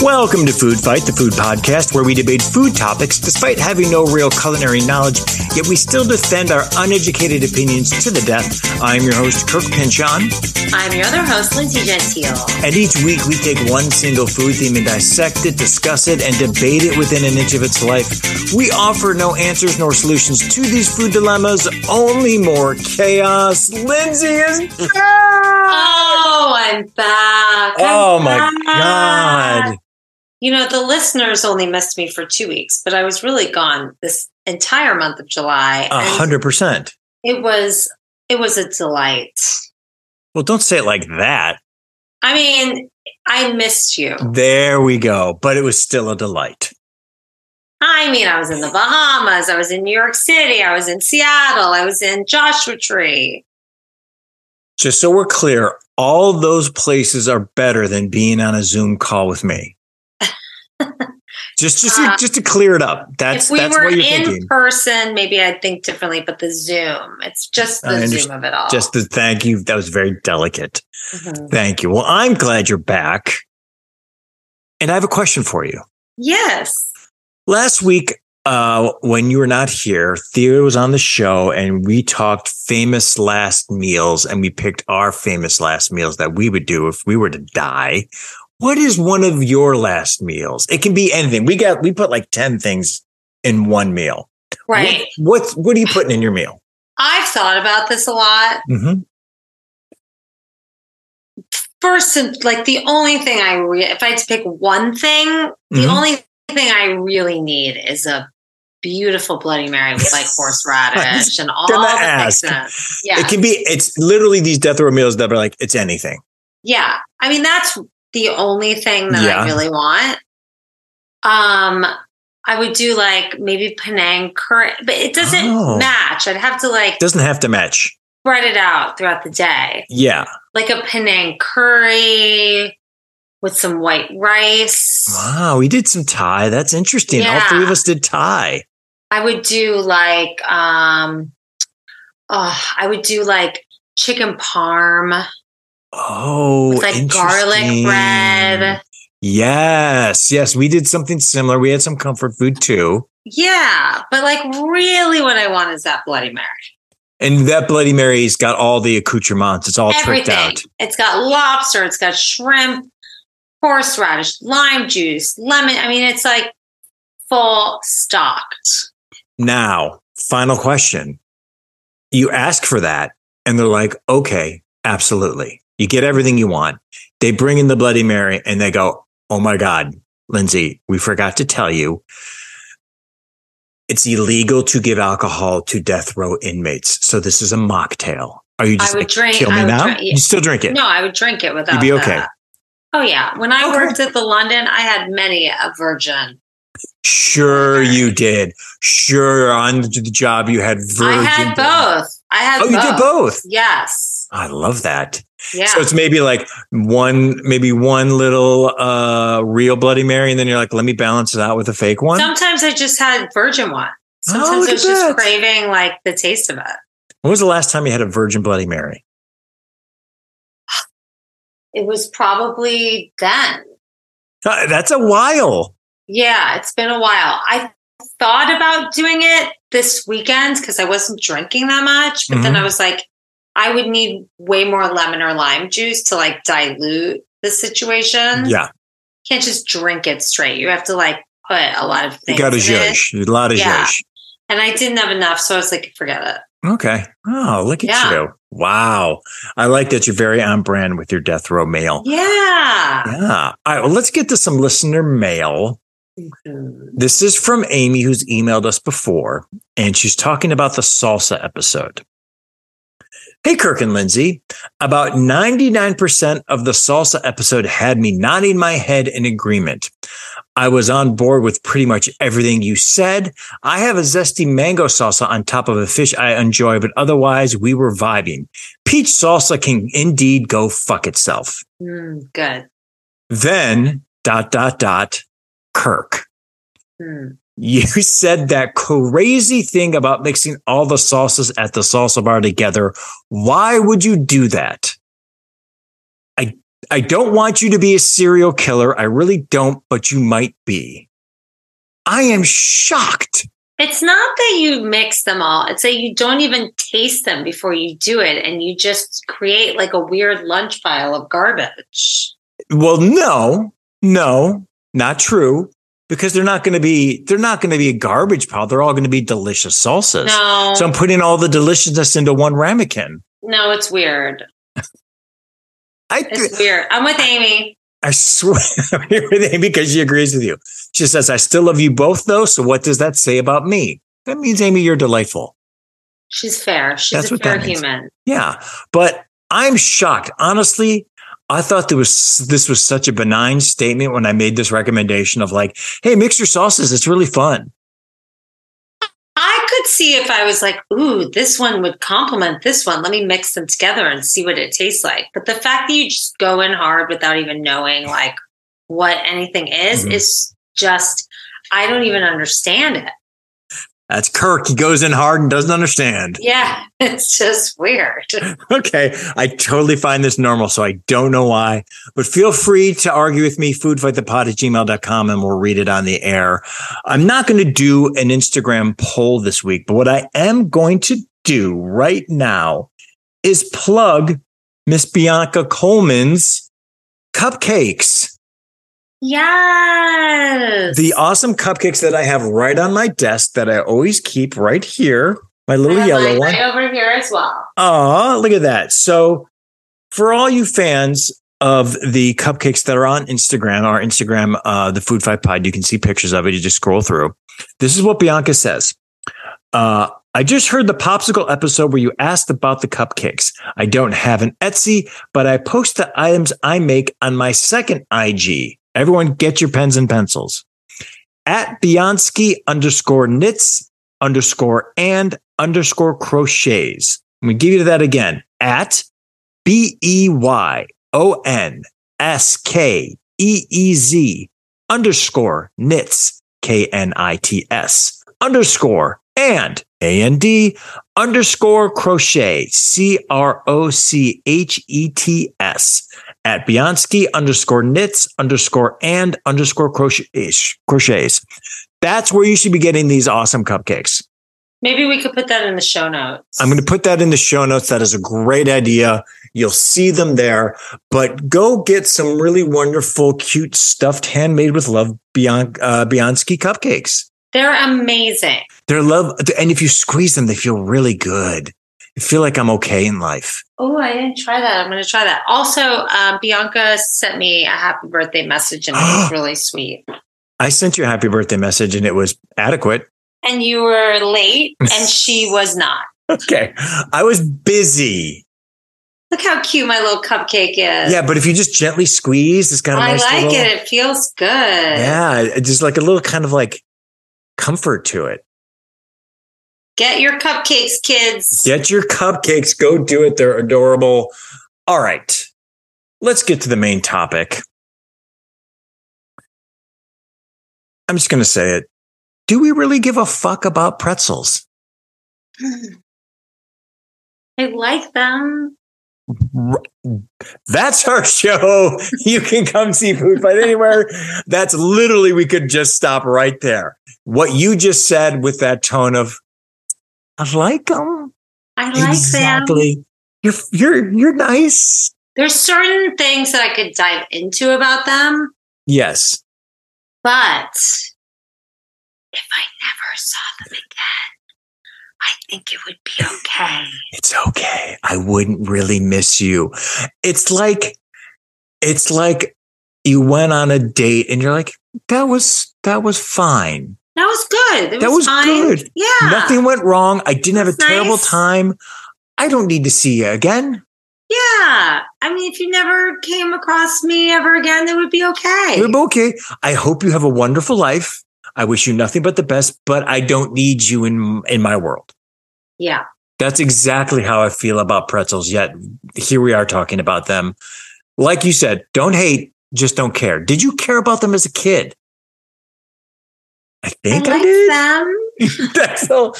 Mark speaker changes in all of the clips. Speaker 1: Welcome to Food Fight, the food podcast where we debate food topics despite having no real culinary knowledge, yet we still defend our uneducated opinions to the death. I'm your host, Kirk Pinchon,
Speaker 2: I'm your other host, Lindsay Gentile.
Speaker 1: and each week we take one single food theme and dissect it, discuss it, and debate it within an inch of its life. We offer no answers nor solutions to these food dilemmas, only more chaos. Lindsay is back!
Speaker 2: Oh, I'm back. I'm
Speaker 1: Oh my
Speaker 2: back.
Speaker 1: God.
Speaker 2: You know, the listeners only missed me for two weeks, but I was really gone this entire month of July.
Speaker 1: A
Speaker 2: and
Speaker 1: hundred percent.
Speaker 2: It was it was a delight.
Speaker 1: Well, don't say it like that.
Speaker 2: I mean, I missed you.
Speaker 1: There we go. But it was still a delight.
Speaker 2: I mean, I was in the Bahamas, I was in New York City, I was in Seattle, I was in Joshua Tree.
Speaker 1: Just so we're clear, all those places are better than being on a Zoom call with me. just just to,
Speaker 2: Uh,
Speaker 1: just to clear it up. That's
Speaker 2: if we
Speaker 1: that's
Speaker 2: were
Speaker 1: what
Speaker 2: in
Speaker 1: you're thinking.
Speaker 2: person, maybe I'd think differently, but the Zoom, it's just
Speaker 1: I
Speaker 2: the Zoom
Speaker 1: understand.
Speaker 2: of it all.
Speaker 1: Just to thank you. That was very delicate.
Speaker 2: Mhm.
Speaker 1: Thank you. Well, I'm glad you're back. And I have a question for you.
Speaker 2: Yes.
Speaker 1: Last week, uh, when you were not here, Theo was on the show and we talked famous last meals and we picked our famous last meals that we would do if we were to die. What is one of your last meals? It can be anything. We got we put like 10 things in one meal.
Speaker 2: Right.
Speaker 1: What what, what are you putting in your meal?
Speaker 2: I've thought about this a lot.
Speaker 1: Mhm.
Speaker 2: First, and like the only thing I, re- if I had to pick one thing, the
Speaker 1: Mhm.
Speaker 2: only thing I really need is a beautiful Bloody Mary with like horseradish and all
Speaker 1: gonna
Speaker 2: the
Speaker 1: ask.
Speaker 2: fixings. Yeah.
Speaker 1: It can be it's literally these death row meals that are like it's anything.
Speaker 2: yeah. I mean, that's the only thing that
Speaker 1: Yeah.
Speaker 2: I really want. Um, I would do like maybe Penang curry, but it doesn't
Speaker 1: Oh.
Speaker 2: match. I'd have to like
Speaker 1: Doesn't have to match.
Speaker 2: spread it out throughout the day.
Speaker 1: Yeah.
Speaker 2: like a Penang curry with some white rice.
Speaker 1: Wow, we did some Thai. That's interesting. All
Speaker 2: Yeah.
Speaker 1: three of us did Thai.
Speaker 2: I would do like um oh, I would do like chicken parm
Speaker 1: Oh,
Speaker 2: with like garlic
Speaker 1: interesting.
Speaker 2: bread.
Speaker 1: Yes, yes, we did something similar. We had some comfort food too,
Speaker 2: Yeah, but like really what I want is that bloody mary.
Speaker 1: and that Bloody Mary's got all the accoutrements. It's all tricked
Speaker 2: Everything.
Speaker 1: out.
Speaker 2: It's got lobster, it's got shrimp, horseradish, lime juice, lemon. I mean, it's like full stocked.
Speaker 1: Now, final question: You ask for that, and they're like, "Okay, absolutely." You get everything you want. They bring in the Bloody Mary, and they go, "Oh my God, Lindsay, we forgot to tell you." It's illegal to give alcohol to death row inmates. So this is a mocktail. Are you
Speaker 2: I
Speaker 1: just
Speaker 2: would
Speaker 1: like,
Speaker 2: drink-
Speaker 1: kill me
Speaker 2: I would
Speaker 1: now?
Speaker 2: drink- yeah.
Speaker 1: You still drink it?
Speaker 2: No, I would drink it without
Speaker 1: You'd be okay.
Speaker 2: that. Oh yeah. When I
Speaker 1: Okay.
Speaker 2: worked at the London, I had many a virgin.
Speaker 1: Sure, you did. Sure, on the job you had virgin.
Speaker 2: I had both. I had
Speaker 1: Oh, you
Speaker 2: both.
Speaker 1: did both.
Speaker 2: Yes.
Speaker 1: I love that.
Speaker 2: Yeah.
Speaker 1: So it's maybe like one, maybe one little uh real Bloody Mary, and then you're like, let me balance it out with a fake one.
Speaker 2: Sometimes I just had virgin wine.
Speaker 1: Oh,
Speaker 2: Sometimes
Speaker 1: look
Speaker 2: I was
Speaker 1: at
Speaker 2: just
Speaker 1: that.
Speaker 2: craving like the taste of it.
Speaker 1: when was the last time you had a virgin Bloody Mary?
Speaker 2: It was probably then.
Speaker 1: Uh, that's a while.
Speaker 2: Yeah, it's been a while. I thought about doing it this weekend because I wasn't drinking that much, but then
Speaker 1: Mhm.
Speaker 2: I was like, I would need way more lemon or lime juice to like dilute the situation.
Speaker 1: Yeah,
Speaker 2: can't just drink it straight. You have to like put a lot of
Speaker 1: you
Speaker 2: things.
Speaker 1: got a
Speaker 2: in it.
Speaker 1: zhuzh, a lot of
Speaker 2: Yeah.
Speaker 1: zhuzh.
Speaker 2: And I didn't have enough, so I was like, forget it.
Speaker 1: Okay. Oh, look at
Speaker 2: Yeah.
Speaker 1: you. Wow. I like that you're very on brand with your death row mail.
Speaker 2: Yeah.
Speaker 1: Yeah. All right. Well, let's get to some listener mail.
Speaker 2: Mhm.
Speaker 1: This is from Amy, who's emailed us before, and she's talking about the salsa episode. Hey, Kirk and Lindsay, about 99% of the salsa episode had me nodding my head in agreement. I was on board with pretty much everything you said. I have a zesty mango salsa on top of a fish I enjoy, but otherwise we were vibing. Peach salsa can indeed go fuck itself.
Speaker 2: Mm, good.
Speaker 1: Then dot, dot, dot, Kirk.
Speaker 2: Mm.
Speaker 1: you said that crazy thing about mixing all the salsas at the salsa bar together. Why would you do that? I I don't want you to be a serial killer. I really don't, but you might be. I am shocked.
Speaker 2: It's not that you mix them all. It's that you don't even taste them before you do it and you just create like a weird lunch pile of garbage.
Speaker 1: Well, no. No, not true because they're not going to be they're not going to be a garbage pile. They're all going to be delicious salsas.
Speaker 2: No.
Speaker 1: So I'm putting all the deliciousness into one ramekin.
Speaker 2: No, it's weird.
Speaker 1: I
Speaker 2: It's weird. I'm with Amy.
Speaker 1: I swear I'm here with Amy because she agrees with you. She says, "I still love you both, though. So what does that say about me? That means Amy, you're delightful.
Speaker 2: She's fair. She's
Speaker 1: That's
Speaker 2: a
Speaker 1: what
Speaker 2: fair
Speaker 1: that means.
Speaker 2: human.
Speaker 1: Yeah, but I'm shocked. Honestly, I thought there was this was such a benign statement when I made this recommendation of like, hey, mix your sauces. It's really fun.
Speaker 2: I could see if I was like, ooh, this one would complement this one. Let me mix them together and see what it tastes like. But the fact that you just go in hard without even knowing like what anything is
Speaker 1: Mhm.
Speaker 2: is just I don't even understand it.
Speaker 1: That's Kirk. He goes in hard and doesn't understand.
Speaker 2: Yeah, it's just weird.
Speaker 1: Okay, I totally find this normal, so I don't know why. But feel free to argue with me, foodfightthepod at gmail.com, and we'll read it on the air. I'm not going to do an Instagram poll this week, but what I am going to do right now is plug Miss Bianca Coleman's cupcakes.
Speaker 2: Yes.
Speaker 1: The awesome cupcakes that I have right on my desk that I always keep right here, my
Speaker 2: I
Speaker 1: little
Speaker 2: have
Speaker 1: yellow
Speaker 2: mine
Speaker 1: one.
Speaker 2: right over here as well.
Speaker 1: Ah, look at that. So for all you fans of the cupcakes that are on Instagram, our Instagram, uh, the Food Fight Pod, you can see pictures of it. You just scroll through. This is what Bianca says. Uh, I just heard the popsicle episode where you asked about the cupcakes. I don't have an Etsy, but I post the items I make on my second IG. Everyone get your pens and pencils. At Bianski underscore knits underscore and underscore crochets. I'm going to give you that again at B E Y O N S K E E Z underscore knits K N I T S underscore and A N D underscore crochet C R O C H E T S at Bianski underscore knits underscore and underscore crochets. crochets. That's where you should be getting these awesome cupcakes.
Speaker 2: Maybe we could put that in the show notes.
Speaker 1: I'm going to put that in the show notes. That is a great idea. You'll see them there, but go get some really wonderful, cute stuffed handmade with love Bian- uh, Bianski cupcakes.
Speaker 2: They're amazing.
Speaker 1: They're love. And if you squeeze them, they feel really good. I feel like I'm okay in life.
Speaker 2: Oh, I didn't try that. I'm going to try that. Also, um, Bianca sent me a happy birthday message, and it was really sweet.
Speaker 1: I sent you a happy birthday message and it was adequate.
Speaker 2: And you were late, and she was not.
Speaker 1: Okay. I was busy.
Speaker 2: Look how cute my little cupcake is.
Speaker 1: Yeah. But if you just gently squeeze, it's got a
Speaker 2: I
Speaker 1: nice
Speaker 2: like
Speaker 1: little-
Speaker 2: it. It feels good.
Speaker 1: Yeah. it- Just like a little kind of like comfort to it.
Speaker 2: Get your cupcakes, kids.
Speaker 1: Get your cupcakes. Go do it. They're adorable. All right. Let's get to the main topic. I'm just going to say it. Do we really give a fuck about pretzels?
Speaker 2: I like them.
Speaker 1: That's our show. You can come see Food Fight anywhere. That's literally, we could just stop right there. What you just said with that tone of, I like them.
Speaker 2: I like them.
Speaker 1: exactly. You're, you're, you're nice.
Speaker 2: There's certain things that I could dive into about them,
Speaker 1: Yes.
Speaker 2: but if I never saw them again, I think it would be okay.
Speaker 1: it's okay. I wouldn't really miss you. It's like, it's like you went on a date and you're like, that was, that was fine.
Speaker 2: That was good. It
Speaker 1: That was
Speaker 2: fine.
Speaker 1: good.
Speaker 2: Yeah.
Speaker 1: Nothing went wrong. I didn't have a
Speaker 2: That's nice.
Speaker 1: terrible time. I don't need to see you again.
Speaker 2: Yeah. I mean, if you never came across me ever again, it would be okay.
Speaker 1: We're okay. I hope you have a wonderful life. I wish you nothing but the best, but I don't need you in, in my world.
Speaker 2: yeah.
Speaker 1: That's exactly how I feel about pretzels. Yet here we are talking about them. Like you said, don't hate, just don't care. Did you care about them as a kid? I I think I,
Speaker 2: I liked
Speaker 1: did.
Speaker 2: them.
Speaker 1: That's all.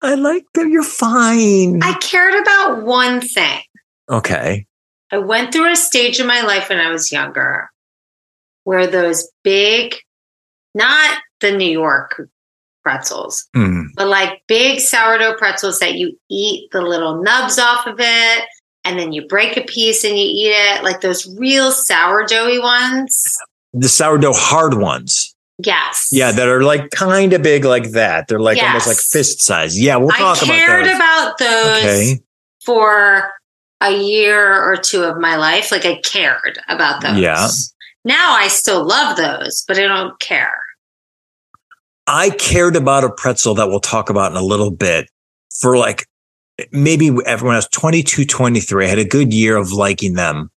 Speaker 1: I like them. You're fine.
Speaker 2: I cared about one thing.
Speaker 1: okay.
Speaker 2: I went through a stage in my life when I was younger where those big, not the New York pretzels,
Speaker 1: Mm.
Speaker 2: but like big sourdough pretzels that you eat the little nubs off of it. And then you break a piece and you eat it, like those real sourdoughy ones.
Speaker 1: The sourdough hard ones.
Speaker 2: Yes.
Speaker 1: Yeah, that are like kind of big like that. They're like almost
Speaker 2: Yes.
Speaker 1: like fist size. Yeah, we'll
Speaker 2: I
Speaker 1: talk
Speaker 2: cared
Speaker 1: about those.
Speaker 2: about those
Speaker 1: okay.
Speaker 2: for a year or two of my life. Like I cared about those.
Speaker 1: Yeah.
Speaker 2: Now I still love those, but I don't care.
Speaker 1: I cared about a pretzel that we'll talk about in a little bit for like maybe when I was 22, 23. I had a good year of liking them.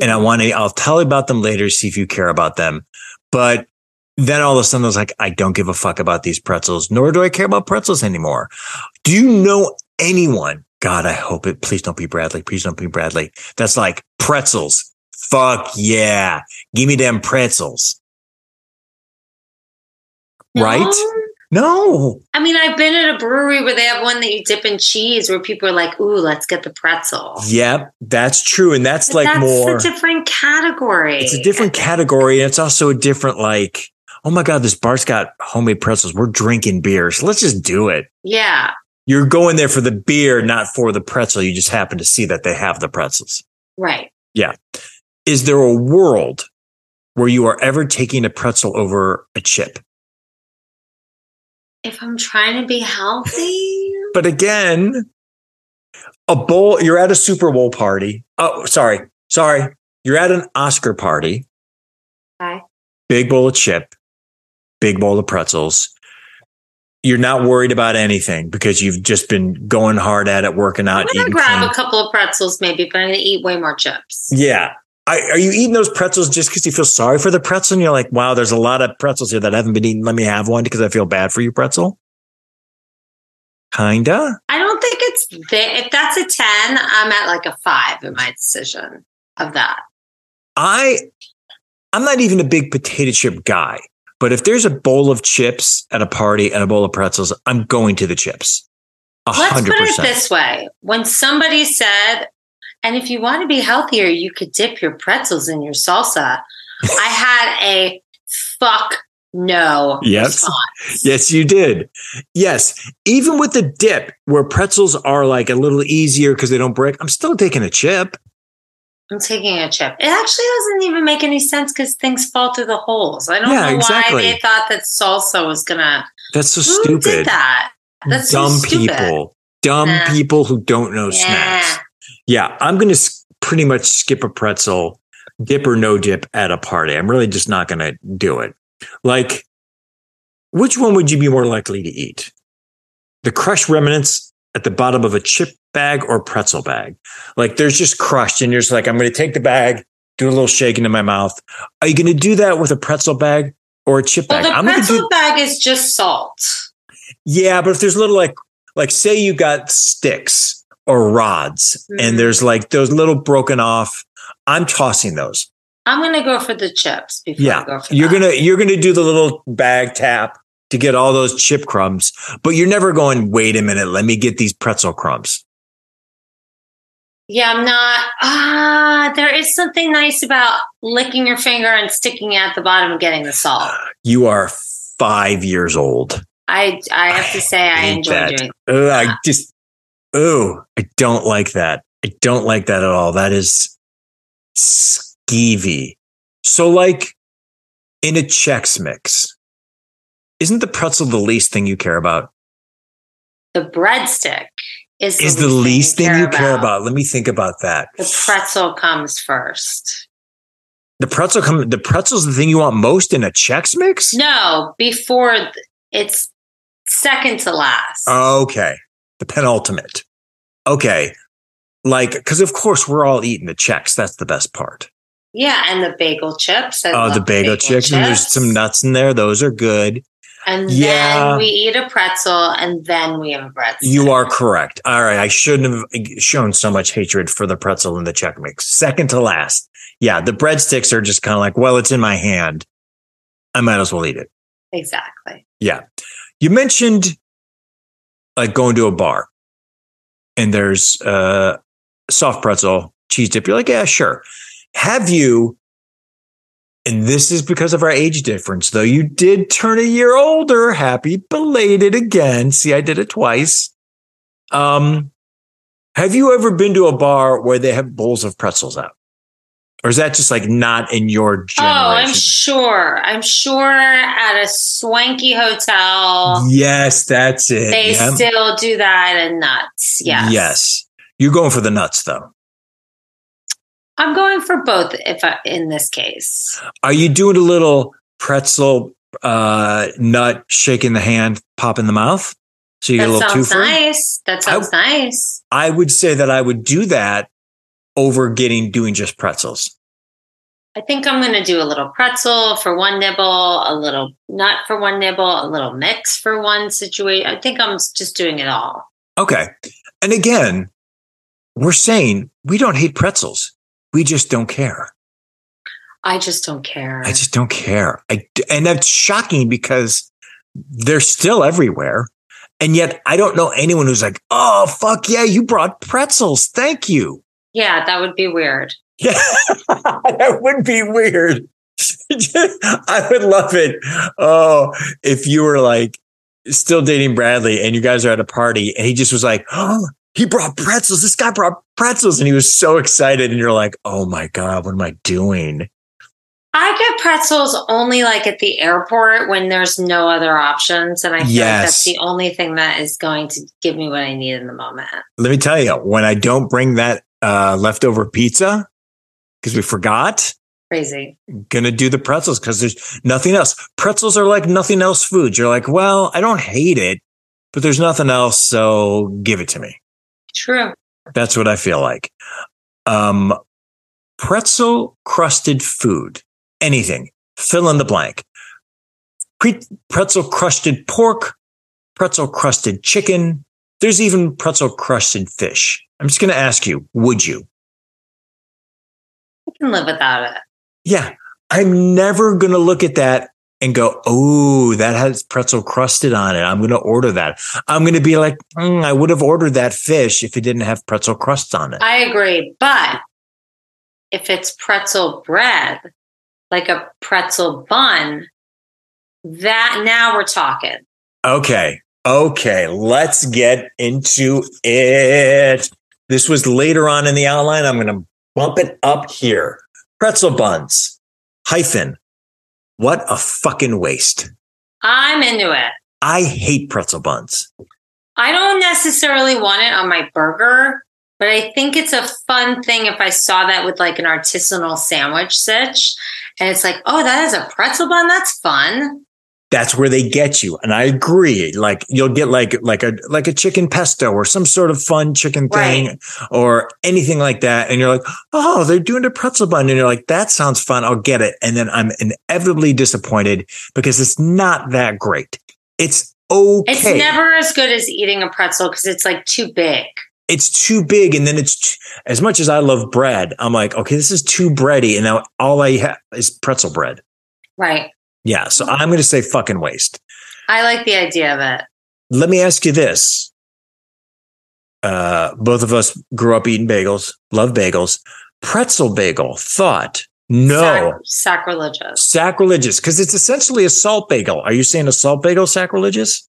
Speaker 1: And I want to, I'll tell you about them later, see if you care about them. But then all of a sudden I was like, I don't give a fuck about these pretzels, nor do I care about pretzels anymore. Do you know anyone? God, I hope it. Please don't be Bradley. Please don't be Bradley. That's like pretzels. Fuck yeah. Give me them pretzels. Right? No.
Speaker 2: I mean, I've been at a brewery where they have one that you dip in cheese where people are like, ooh, let's get the pretzel.
Speaker 1: Yep, that's true, and that's
Speaker 2: But
Speaker 1: like
Speaker 2: that's
Speaker 1: more.
Speaker 2: a different category.
Speaker 1: it's a different category, and it's also a different like. Oh my God, this bar's got homemade pretzels. We're drinking beer, so let's just do it.
Speaker 2: Yeah.
Speaker 1: You're going there for the beer, not for the pretzel. You just happen to see that they have the pretzels.
Speaker 2: Right.
Speaker 1: Is there a world where you are ever taking a pretzel over a chip?
Speaker 2: If I'm trying to be healthy,
Speaker 1: But again, a bowl, you're at a Super Bowl party. Oh, sorry. Sorry. You're at an Oscar party.
Speaker 2: Okay.
Speaker 1: Big bowl of chip, big bowl of pretzels. You're not worried about anything because you've just been going hard at it, working out,
Speaker 2: I'm going to
Speaker 1: eating
Speaker 2: grab
Speaker 1: clean.
Speaker 2: a couple of pretzels maybe, but I'm going to eat way more chips.
Speaker 1: Yeah. I, are you eating those pretzels just because you feel sorry for the pretzel? And you're like, wow, there's a lot of pretzels here that I haven't been eating. Let me have one because I feel bad for you, pretzel. Kinda.
Speaker 2: I don't think it's that. If that's a 10, I'm at like a five in my decision of that.
Speaker 1: I I'm not even a big potato chip guy, but if there's a bowl of chips at a party and a bowl of pretzels, I'm going to the chips. A
Speaker 2: Let's
Speaker 1: hundred
Speaker 2: put it
Speaker 1: percent.
Speaker 2: this way. When somebody said, and if you want to be healthier, you could dip your pretzels in your salsa, I had a fuck no
Speaker 1: Yes.
Speaker 2: response.
Speaker 1: Yes, you did. Yes. Even with the dip where pretzels are like a little easier because they don't break, I'm still taking a chip.
Speaker 2: I'm taking a chip. It actually doesn't even make any sense because things fall through the holes. I don't
Speaker 1: Yeah,
Speaker 2: know
Speaker 1: exactly.
Speaker 2: why they thought that salsa was gonna.
Speaker 1: That's so
Speaker 2: Who
Speaker 1: stupid.
Speaker 2: did that? That's so
Speaker 1: Dumb
Speaker 2: stupid.
Speaker 1: people. Dumb
Speaker 2: Nah.
Speaker 1: people who don't know
Speaker 2: Yeah.
Speaker 1: snacks. Yeah, I'm going to pretty much skip a pretzel, dip or no dip at a party. I'm really just not going to do it. Like, which one would you be more likely to eat? The crushed remnants at the bottom of a chip bag or pretzel bag? Like, there's just crushed, and you're just like, I'm going to take the bag, do a little shake into my mouth. Are you going to do that with a pretzel bag or a chip
Speaker 2: Well,
Speaker 1: bag?
Speaker 2: the
Speaker 1: I'm going to
Speaker 2: pretzel
Speaker 1: do,
Speaker 2: bag is just salt.
Speaker 1: yeah, but if there's little like, like say you got sticks or rods,
Speaker 2: Mhm.
Speaker 1: and there's like those little broken off. I'm tossing those.
Speaker 2: I'm gonna go for the chips before
Speaker 1: Yeah.
Speaker 2: I go for
Speaker 1: You're
Speaker 2: that.
Speaker 1: gonna you're gonna do the little bag tap to get all those chip crumbs, but you're never going. Wait a minute, let me get these pretzel crumbs.
Speaker 2: Yeah, I'm not. Ah, there is something nice about licking your finger and sticking it at the bottom and getting the salt.
Speaker 1: You are five years old.
Speaker 2: I I have to say I
Speaker 1: hate
Speaker 2: enjoy
Speaker 1: that.
Speaker 2: doing.
Speaker 1: Ugh, Oh, I just ooh, I don't like that. I don't like that at all. That is skeevy. So like in a Chex mix, isn't the pretzel the least thing you care about?
Speaker 2: The breadstick is
Speaker 1: is the least thing you care about. Let me think about that.
Speaker 2: The pretzel comes first.
Speaker 1: The pretzel come the pretzel's the thing you want most in a Chex mix?
Speaker 2: No, before th- it's second to last.
Speaker 1: Oh. Okay. The penultimate. Okay. Like, because of course we're all eating the Chex. That's the best part.
Speaker 2: yeah, and the bagel chips. I
Speaker 1: Oh,
Speaker 2: love
Speaker 1: the bagel, chips. And there's some nuts in there. Those are good.
Speaker 2: And
Speaker 1: Yeah.
Speaker 2: then we eat a pretzel, and then we have a breadstick.
Speaker 1: You are correct. All right. I shouldn't have uh, shown so much hatred for the pretzel in the Chex mix. Second to last. Yeah. The breadsticks are just kind of like, well, it's in my hand. I might as well eat it.
Speaker 2: exactly.
Speaker 1: Yeah. You mentioned like going to a bar and there's uh soft pretzel, cheese dip. You're like, yeah, sure. Have you, and this is because of our age difference, though you did turn a year older, happy belated again. See, I did it twice. Um, have you ever been to a bar where they have bowls of pretzels out? Or is that just like not in your generation?
Speaker 2: Oh, I'm sure. I'm sure at a swanky hotel,
Speaker 1: yes, that's it.
Speaker 2: they
Speaker 1: Yeah.
Speaker 2: still do that and nuts. Yes.
Speaker 1: Yes. You're going for the nuts though.
Speaker 2: I'm going for both if I, in this case.
Speaker 1: Are you doing a little pretzel uh nut shaking the hand, pop in the mouth? So you get
Speaker 2: That
Speaker 1: a little
Speaker 2: sounds
Speaker 1: twofer?
Speaker 2: nice. That sounds nice.
Speaker 1: I would say that I would do that over getting doing just pretzels.
Speaker 2: I think I'm going to do a little pretzel for one nibble, a little nut for one nibble, a little mix for one situation. I think I'm just doing it all.
Speaker 1: Okay. And again, we're saying we don't hate pretzels. We just don't care.
Speaker 2: I just don't care.
Speaker 1: I just don't care. I, and that's shocking because they're still everywhere. And yet I don't know anyone who's like, oh, fuck yeah, you brought pretzels. Thank you.
Speaker 2: yeah, that would be weird.
Speaker 1: Yeah, that would be weird. I would love it. Oh, if you were like still dating Bradley and you guys are at a party and he just was like, oh, he brought pretzels. This guy brought pretzels. And he was so excited. And you're like, oh my God, what am I doing?
Speaker 2: I get pretzels only like at the airport when there's no other options. And I feel like
Speaker 1: Yes.
Speaker 2: that's the only thing that is going to give me what I need in the moment.
Speaker 1: Let me tell you, when I don't bring that uh, leftover pizza because we forgot,
Speaker 2: Crazy.
Speaker 1: gonna do the pretzels because there's nothing else. Pretzels are like nothing else foods. You're like, well, I don't hate it, but there's nothing else. So give it to me.
Speaker 2: True.
Speaker 1: That's what I feel like. Um, pretzel crusted food, anything, fill in the blank. Pre- pretzel crusted pork, pretzel crusted chicken. There's even pretzel crusted fish. I'm just going to ask you, would you?
Speaker 2: I can live without it.
Speaker 1: Yeah. I'm never going to look at that and go, oh, that has pretzel crusted on it. I'm going to order that. I'm going to be like, "Mm, I would have ordered that fish if it didn't have pretzel crust on it.
Speaker 2: I agree. But if it's pretzel bread, like a pretzel bun, that now we're talking.
Speaker 1: Okay. Okay. Let's get into it. This was later on in the outline. I'm going to bump it up here. Pretzel buns hyphen. What a fucking waste.
Speaker 2: I'm into it.
Speaker 1: I hate pretzel buns.
Speaker 2: I don't necessarily want it on my burger, but I think it's a fun thing if I saw that with like an artisanal sandwich sitch. And it's like, oh, that is a pretzel bun. That's fun.
Speaker 1: That's where they get you. And I agree. Like you'll get like, like a, like a chicken pesto or some sort of fun chicken thing or anything like that. And you're like, oh, they're doing a pretzel bun. And you're like, that sounds fun. I'll get it. And then I'm inevitably disappointed because it's not that great. It's okay.
Speaker 2: It's never as good as eating a pretzel because it's like too big.
Speaker 1: It's too big. And then it's t- as much as I love bread, I'm like, okay, this is too bready. And now all I have is pretzel bread.
Speaker 2: Right.
Speaker 1: Yeah. So
Speaker 2: Mm-hmm.
Speaker 1: I'm going to say fucking waste.
Speaker 2: I like the idea of it.
Speaker 1: Let me ask you this. Uh, both of us grew up eating bagels, love bagels. Pretzel bagel thought, no.
Speaker 2: Sac- sacrilegious.
Speaker 1: sacrilegious because it's essentially a salt bagel. Are you saying a salt bagel is sacrilegious?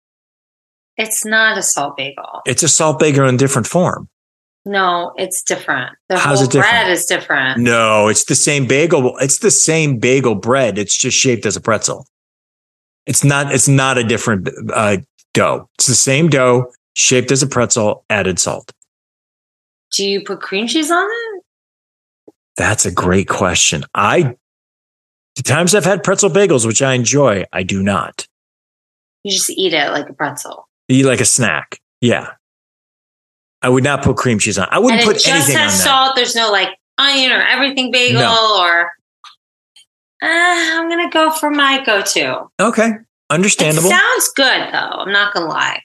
Speaker 2: It's not a salt bagel.
Speaker 1: It's a salt bagel in different form.
Speaker 2: No, it's different. The
Speaker 1: How's
Speaker 2: whole
Speaker 1: it different? Mm.
Speaker 2: bread is different.
Speaker 1: No, it's the same bagel. It's the same bagel bread. It's just shaped as a pretzel. It's not. It's not a different uh, dough. It's the same dough shaped as a pretzel, added salt.
Speaker 2: Do you put cream cheese on it?
Speaker 1: That's a great question. I the times I've had pretzel bagels, which I enjoy, I do not.
Speaker 2: You just eat it like a pretzel.
Speaker 1: You eat like a snack. Yeah. I would not put cream cheese on. I wouldn't
Speaker 2: and
Speaker 1: put
Speaker 2: it just
Speaker 1: anything on
Speaker 2: has
Speaker 1: that.
Speaker 2: salt. There's no like onion or everything bagel or. Uh, I'm gonna go for my go-to.
Speaker 1: Okay.
Speaker 2: It
Speaker 1: Understandable.
Speaker 2: sounds good though. I'm not gonna lie.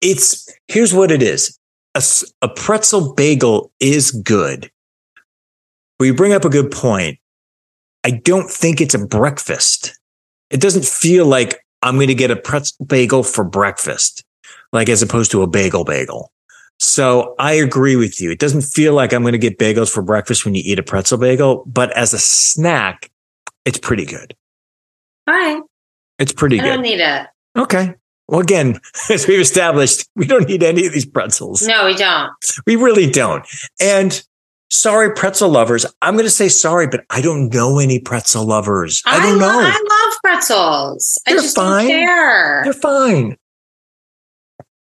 Speaker 1: It's here's what it is. A, s- a pretzel bagel is good. But you bring up a good point. I don't think it's a breakfast. It doesn't feel like I'm going to get a pretzel bagel for breakfast, like as opposed to a bagel bagel. So I agree with you. It doesn't feel like I'm going to get bagels for breakfast when you eat a pretzel bagel, but as a snack, it's pretty good.
Speaker 2: All right.
Speaker 1: It's pretty
Speaker 2: I don't
Speaker 1: good.
Speaker 2: need it.
Speaker 1: Okay. Well, again, as we've established, we don't need any of these pretzels.
Speaker 2: No, we don't.
Speaker 1: We really don't. And sorry, pretzel lovers. I'm going to say sorry, but I don't know any pretzel lovers. I don't
Speaker 2: lo-
Speaker 1: know.
Speaker 2: I love pretzels. I
Speaker 1: They're
Speaker 2: just
Speaker 1: fine.
Speaker 2: don't care.
Speaker 1: They're fine.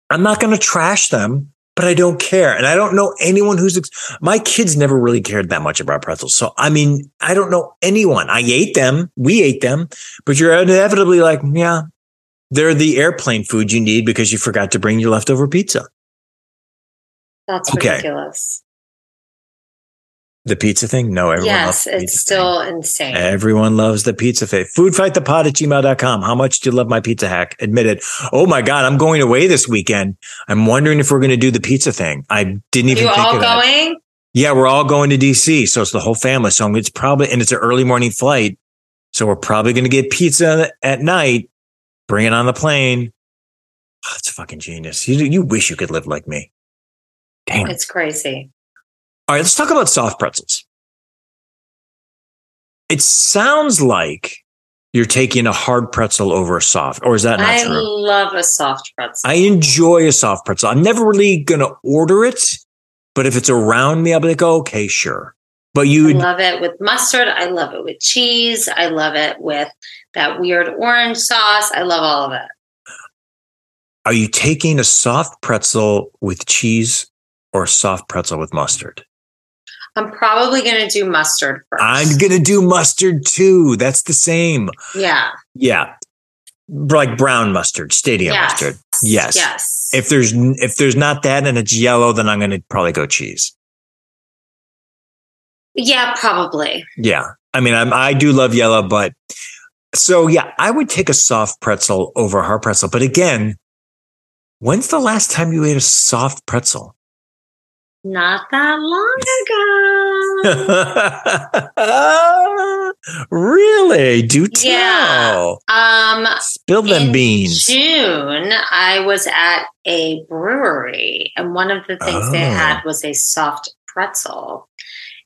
Speaker 1: I'm not going to trash them, but I don't care. And I don't know anyone who's, ex- my kids never really cared that much about pretzels. So, I mean, I don't know anyone. I ate them. We ate them, but you're inevitably like, yeah, they're the airplane food you need because you forgot to bring your leftover pizza.
Speaker 2: That's
Speaker 1: Okay.
Speaker 2: ridiculous.
Speaker 1: The pizza thing? No, everyone loves
Speaker 2: yes,
Speaker 1: the Eh,
Speaker 2: it's
Speaker 1: pizza
Speaker 2: still
Speaker 1: thing.
Speaker 2: insane.
Speaker 1: Everyone loves the pizza faith. Foodfightthepod at gmail.com. How much do you love my pizza hack? Admit it. Oh my God, I'm going away this weekend. I'm wondering if we're going to do the pizza thing. I didn't even
Speaker 2: you
Speaker 1: think
Speaker 2: all
Speaker 1: of that.
Speaker 2: going?
Speaker 1: Yeah, we're all going to DC. So it's the whole family. So it's probably, and it's an early morning flight. So we're probably going to get pizza at night, bring it on the plane. Oh, that's fucking genius. You, you wish you could live like me. Damn.
Speaker 2: It's crazy.
Speaker 1: All right, let's talk about soft pretzels. It sounds like you're taking a hard pretzel over a soft, or is that not
Speaker 2: I
Speaker 1: true?
Speaker 2: love a soft pretzel.
Speaker 1: I enjoy a soft pretzel. I'm never really going to order it, but if it's around me, I'll be like, oh, okay, sure. But
Speaker 2: I
Speaker 1: you,
Speaker 2: love it with mustard. I love it with cheese. I love it with that weird orange sauce. I love all of it.
Speaker 1: are you taking a soft pretzel with cheese or a soft pretzel with mustard?
Speaker 2: I'm probably going to do mustard 1st
Speaker 1: I'm going to do mustard too. That's the same.
Speaker 2: yeah.
Speaker 1: Yeah. Like brown mustard, stadium mustard. Yes.
Speaker 2: Yes.
Speaker 1: if there's if there's not that and it's yellow, then I'm going to probably go cheese.
Speaker 2: yeah, probably.
Speaker 1: Yeah, I mean, I'm, I do love yellow, but so yeah, I would take a soft pretzel over a hard pretzel. But again, when's the last time you ate a soft pretzel?
Speaker 2: Not that long ago.
Speaker 1: really? Do tell.
Speaker 2: Yeah. um,
Speaker 1: Spill them
Speaker 2: in
Speaker 1: beans.
Speaker 2: June, I was at a brewery, and one of the things they
Speaker 1: Oh.
Speaker 2: had was a soft pretzel.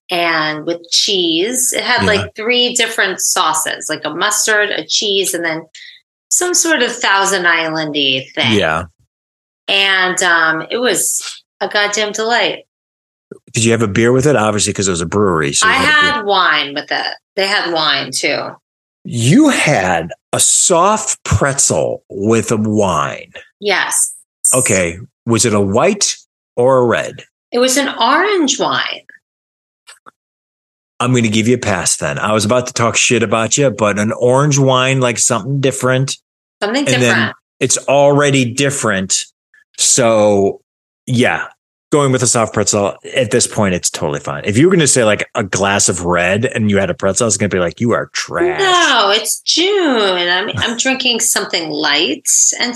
Speaker 2: And with cheese, it had
Speaker 1: Yeah.
Speaker 2: like three different sauces, like a mustard, a cheese, and then some sort of Thousand Islandy thing.
Speaker 1: yeah.
Speaker 2: and um, it was a goddamn delight.
Speaker 1: Did you have a beer with it? Obviously, because it was a brewery. So you
Speaker 2: I
Speaker 1: had a beer.
Speaker 2: had wine with it. They had wine too.
Speaker 1: You had a soft pretzel with a wine.
Speaker 2: Yes.
Speaker 1: Okay. Was it a white or a red?
Speaker 2: It was an orange wine.
Speaker 1: I'm going to give you a pass then. I was about to talk shit about you, but an orange wine, like something different,
Speaker 2: Something
Speaker 1: And then-
Speaker 2: different.
Speaker 1: it's already different. So, yeah, going with a soft pretzel at this point, it's totally fine. If you were going to say like a glass of red and you had a pretzel, I was going to be like, you are trash.
Speaker 2: No, it's June. I'm I'm drinking something light and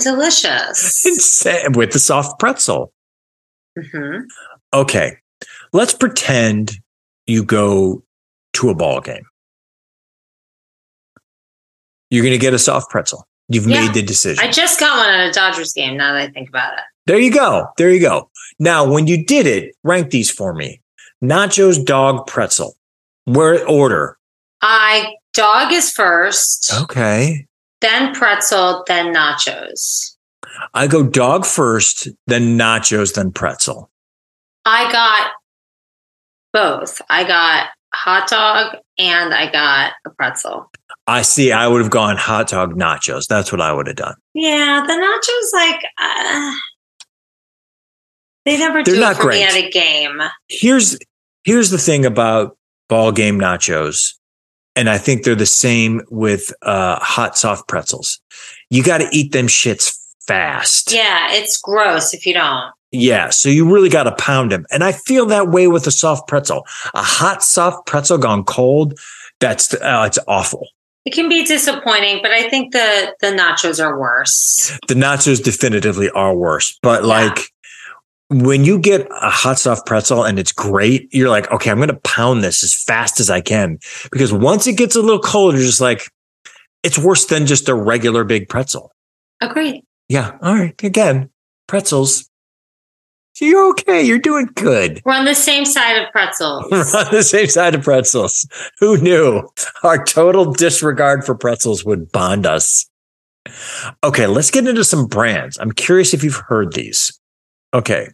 Speaker 2: delicious.
Speaker 1: Instead- with the soft pretzel.
Speaker 2: hmm
Speaker 1: Okay. Let's pretend you go to a ball game. You're going to get a soft pretzel. You've
Speaker 2: Yeah.
Speaker 1: made the decision.
Speaker 2: I just got one at a Dodgers game. Now that I think about it,
Speaker 1: there you go. There you go. Now, when you did it, rank these for me. Nachos, dog, pretzel. Where order?
Speaker 2: I dog is first,
Speaker 1: Oh. Okay.
Speaker 2: then pretzel, then nachos.
Speaker 1: I go dog first, then nachos, then pretzel.
Speaker 2: I got both. I got hot dog and I got a pretzel.
Speaker 1: I see. I would have gone hot dog, nachos. That's what I would have done.
Speaker 2: Yeah, the nachos like uh, they never
Speaker 1: They're
Speaker 2: do
Speaker 1: not
Speaker 2: it for
Speaker 1: great.
Speaker 2: me at a game.
Speaker 1: here's here's the thing about ball game nachos and i think they're the same with uh hot soft pretzels you got to eat them shits fast
Speaker 2: Yeah, it's gross if you don't.
Speaker 1: Yeah, so you really got to pound them and i feel that way with a soft pretzel a hot soft pretzel gone cold that's uh, it's awful
Speaker 2: It can be disappointing, but I think the the nachos are worse.
Speaker 1: the nachos definitively are worse but
Speaker 2: Yeah.
Speaker 1: like when you get a hot soft pretzel and it's great you're like okay i'm gonna pound this as fast as i can because once it gets a little cold you're just like It's worse than just a regular big pretzel.
Speaker 2: Agreed.
Speaker 1: Yeah. All right. Again, pretzels. You're okay. You're doing good.
Speaker 2: We're on the same side of
Speaker 1: We're
Speaker 2: pretzels.
Speaker 1: on the same side of pretzels. Who knew our total disregard for pretzels would bond us? Okay, let's get into some brands. I'm curious if you've heard these. Okay.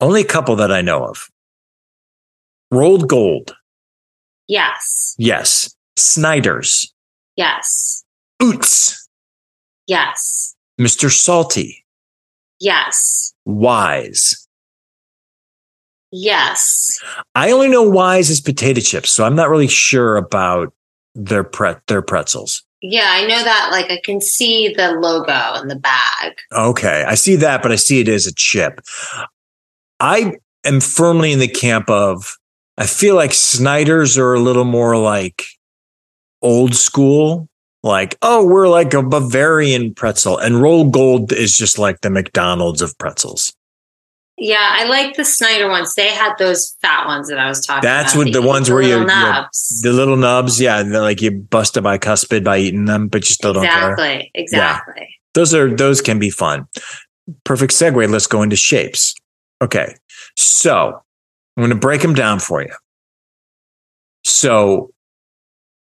Speaker 1: Only a couple that I know of Rolled Gold.
Speaker 2: yes.
Speaker 1: Yes. Snyder's.
Speaker 2: Yes.
Speaker 1: Oots.
Speaker 2: Yes.
Speaker 1: Mr. Salty.
Speaker 2: Yes.
Speaker 1: Wise.
Speaker 2: Yes.
Speaker 1: I only know Wise is potato chips, so I'm not really sure about their pre- their pretzels.
Speaker 2: Yeah, I know that. Like, I can see the logo in the bag.
Speaker 1: Okay, I see that, but I see it as a chip. I am firmly in the camp of I feel like Snyder's are a little more like old school, like, oh, we're like a Bavarian pretzel, and roll gold is just like the McDonald's of pretzels.
Speaker 2: Yeah, I like the Snyder ones. They had those fat ones that I was talking
Speaker 1: That's
Speaker 2: about.
Speaker 1: what
Speaker 2: They
Speaker 1: the
Speaker 2: eat
Speaker 1: ones where you-
Speaker 2: little
Speaker 1: you-
Speaker 2: nubs.
Speaker 1: The little nubs, yeah, and they're like you bust a bicuspid by eating them, but you still don't care.
Speaker 2: Exactly. Exactly.
Speaker 1: those are those can be fun perfect segue let's go into shapes okay so i'm going to break them down for you so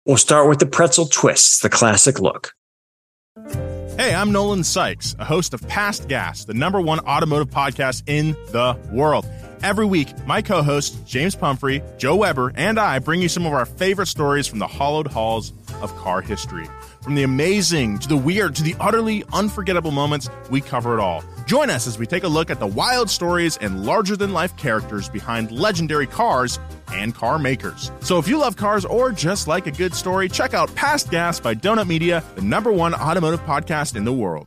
Speaker 1: we'll start with the pretzel twists the classic look
Speaker 3: Hey, I'm Nolan Sykes, a host of Past Gas, the number one automotive podcast in the world. Every week, my co hosts, James Pumphrey, Joe Weber, and I bring you some of our favorite stories from the hollowed halls of car history. From the amazing to the weird to the utterly unforgettable moments, we cover it all. Join us as we take a look at the wild stories and larger than life characters behind legendary cars and car makers. So if you love cars or just like a good story, check out Past Gas by Donut Media, the number one automotive podcast in the world.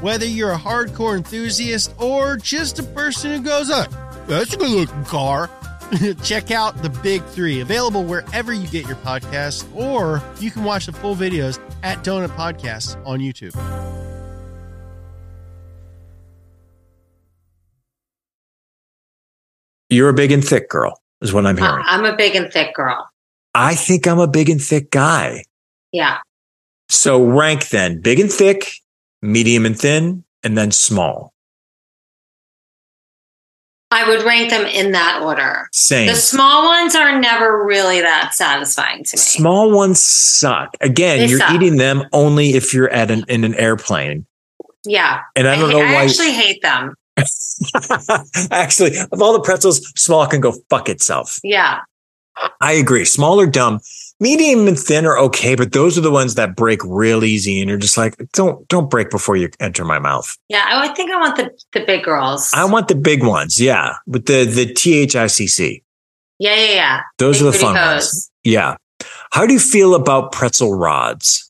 Speaker 4: whether you're a hardcore enthusiast or just a person who goes, oh, that's a good looking car. Check out The Big Three, available wherever you get your podcasts, or you can watch the full videos at Donut Podcasts on YouTube.
Speaker 1: you're a big and thick girl is what i'm hearing
Speaker 2: I- I'm a big and thick girl.
Speaker 1: i think i'm a big and thick guy
Speaker 2: Yeah.
Speaker 1: so rank then big and thick medium and thin and then small
Speaker 2: I would rank them in that order.
Speaker 1: same
Speaker 2: The small ones are never really that satisfying to me.
Speaker 1: small ones suck again
Speaker 2: They
Speaker 1: you're
Speaker 2: suck.
Speaker 1: eating them only if you're at an in an airplane
Speaker 2: yeah.
Speaker 1: and i don't
Speaker 2: ha-
Speaker 1: know why
Speaker 2: actually hate them.
Speaker 1: Actually, of all the pretzels, small can go fuck itself.
Speaker 2: Yeah.
Speaker 1: I agree. Small are dumb. Medium and thin are okay, but those are the ones that break real easy, and you're just like, don't don't break before you enter my mouth.
Speaker 2: Yeah. I would think I want the, the big girls.
Speaker 1: I want the big ones, yeah, with the the T H I C C.
Speaker 2: yeah. Yeah. Yeah.
Speaker 1: Those
Speaker 2: Big
Speaker 1: are the
Speaker 2: booty
Speaker 1: fun ones.
Speaker 2: hoes.
Speaker 1: Yeah. How do you feel about pretzel rods?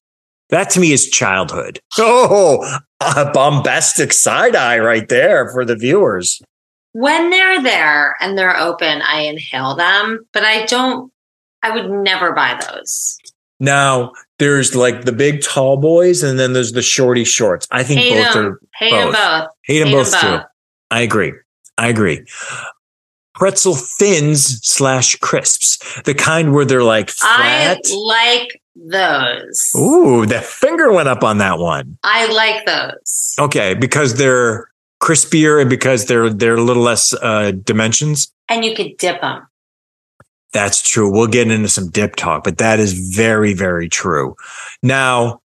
Speaker 1: That to me is childhood. Oh, a bombastic side eye right there for the viewers.
Speaker 2: When they're there and they're open, I inhale them, but I don't, I would never buy those.
Speaker 1: Now there's like the big tall boys, and then there's the shorty shorts. I think
Speaker 2: Hate
Speaker 1: both
Speaker 2: them.
Speaker 1: are
Speaker 2: Hate them
Speaker 1: both.
Speaker 2: both.
Speaker 1: hate them
Speaker 2: Hate 'em
Speaker 1: both too.
Speaker 2: both.
Speaker 1: I agree. I agree. Pretzel thins slash crisps, the kind where they're like
Speaker 2: I
Speaker 1: flat.
Speaker 2: like those.
Speaker 1: Ooh, the finger went up on that one.
Speaker 2: I like those.
Speaker 1: Okay, because they're crispier and because they're they're a little less uh, dimensions.
Speaker 2: And you could dip them.
Speaker 1: That's true. We'll get into some dip talk, but that is very very true. Now,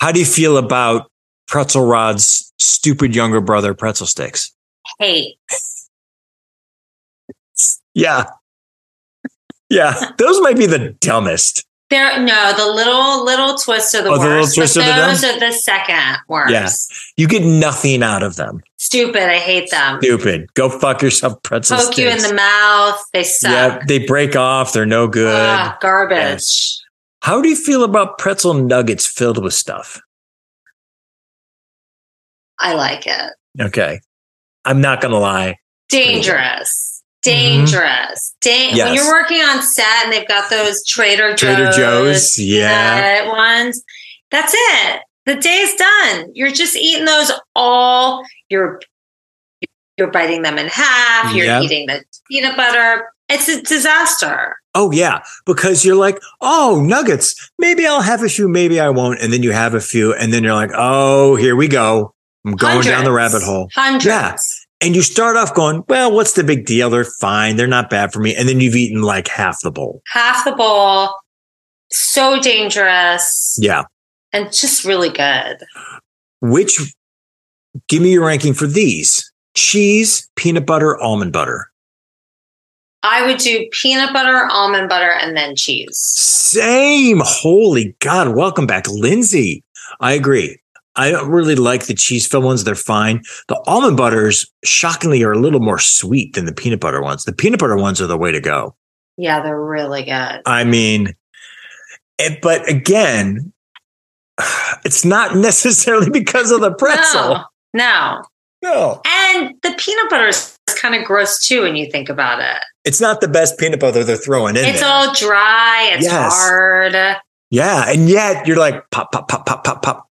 Speaker 1: how do you feel about Pretzel Rod's stupid younger brother pretzel sticks?
Speaker 2: Hate.
Speaker 1: Yeah, yeah, those might be the dumbest.
Speaker 2: There, no, the little little twists are the
Speaker 1: Oh, the
Speaker 2: worst.
Speaker 1: little
Speaker 2: but
Speaker 1: twists are the
Speaker 2: those are the second worst.
Speaker 1: Yeah. You get nothing out of them.
Speaker 2: stupid. I hate them.
Speaker 1: Stupid. Go fuck yourself. Pretzel
Speaker 2: Poke you in
Speaker 1: sticks.
Speaker 2: the mouth. They suck.
Speaker 1: Yeah, they break off. They're no good.
Speaker 2: Ah, garbage.
Speaker 1: Yes. How do you feel about pretzel nuggets filled with stuff?
Speaker 2: I like it.
Speaker 1: Okay. I'm not going to lie.
Speaker 2: Dangerous.
Speaker 1: Mhm.
Speaker 2: Dangerous. Dan- When
Speaker 1: Yes.
Speaker 2: you're working on set and they've got those Trader Joe's,
Speaker 1: Trader Joe's, yeah.
Speaker 2: peanut ones, that's it. The day's done. You're just eating those all. You're you're biting them in half. You're
Speaker 1: Yep.
Speaker 2: eating the peanut butter. It's a disaster.
Speaker 1: Oh, yeah. Because you're like, oh, nuggets. Maybe I'll have a few. Maybe I won't. And then you have a few. And then you're like, oh, here we go. I'm going down the
Speaker 2: Hundreds.
Speaker 1: rabbit hole.
Speaker 2: Hundreds.
Speaker 1: Yeah. And you start off going, well, what's the big deal? They're fine. They're not bad for me. And then you've eaten like half the bowl.
Speaker 2: Half the bowl. So dangerous
Speaker 1: Yeah.
Speaker 2: and just really good.
Speaker 1: Which, give me your ranking for these cheese, peanut butter, almond butter.
Speaker 2: I would do peanut butter, almond butter, and then cheese.
Speaker 1: Same. Holy God. Welcome back, Lindsay. I agree. I don't really like the cheese filled ones. They're fine. The almond butters, shockingly, are a little more sweet than the peanut butter ones. The peanut butter ones are the way to go.
Speaker 2: Yeah, they're really good.
Speaker 1: I mean, it, but again, it's not necessarily because of the pretzel.
Speaker 2: No, no.
Speaker 1: No.
Speaker 2: And the peanut butter is kind of gross too when you think about it.
Speaker 1: It's not the best peanut butter they're throwing in.
Speaker 2: it's
Speaker 1: there.
Speaker 2: all dry, it's
Speaker 1: Yes.
Speaker 2: hard.
Speaker 1: Yeah, and yet you're like pop, pop, pop, pop, pop, pop.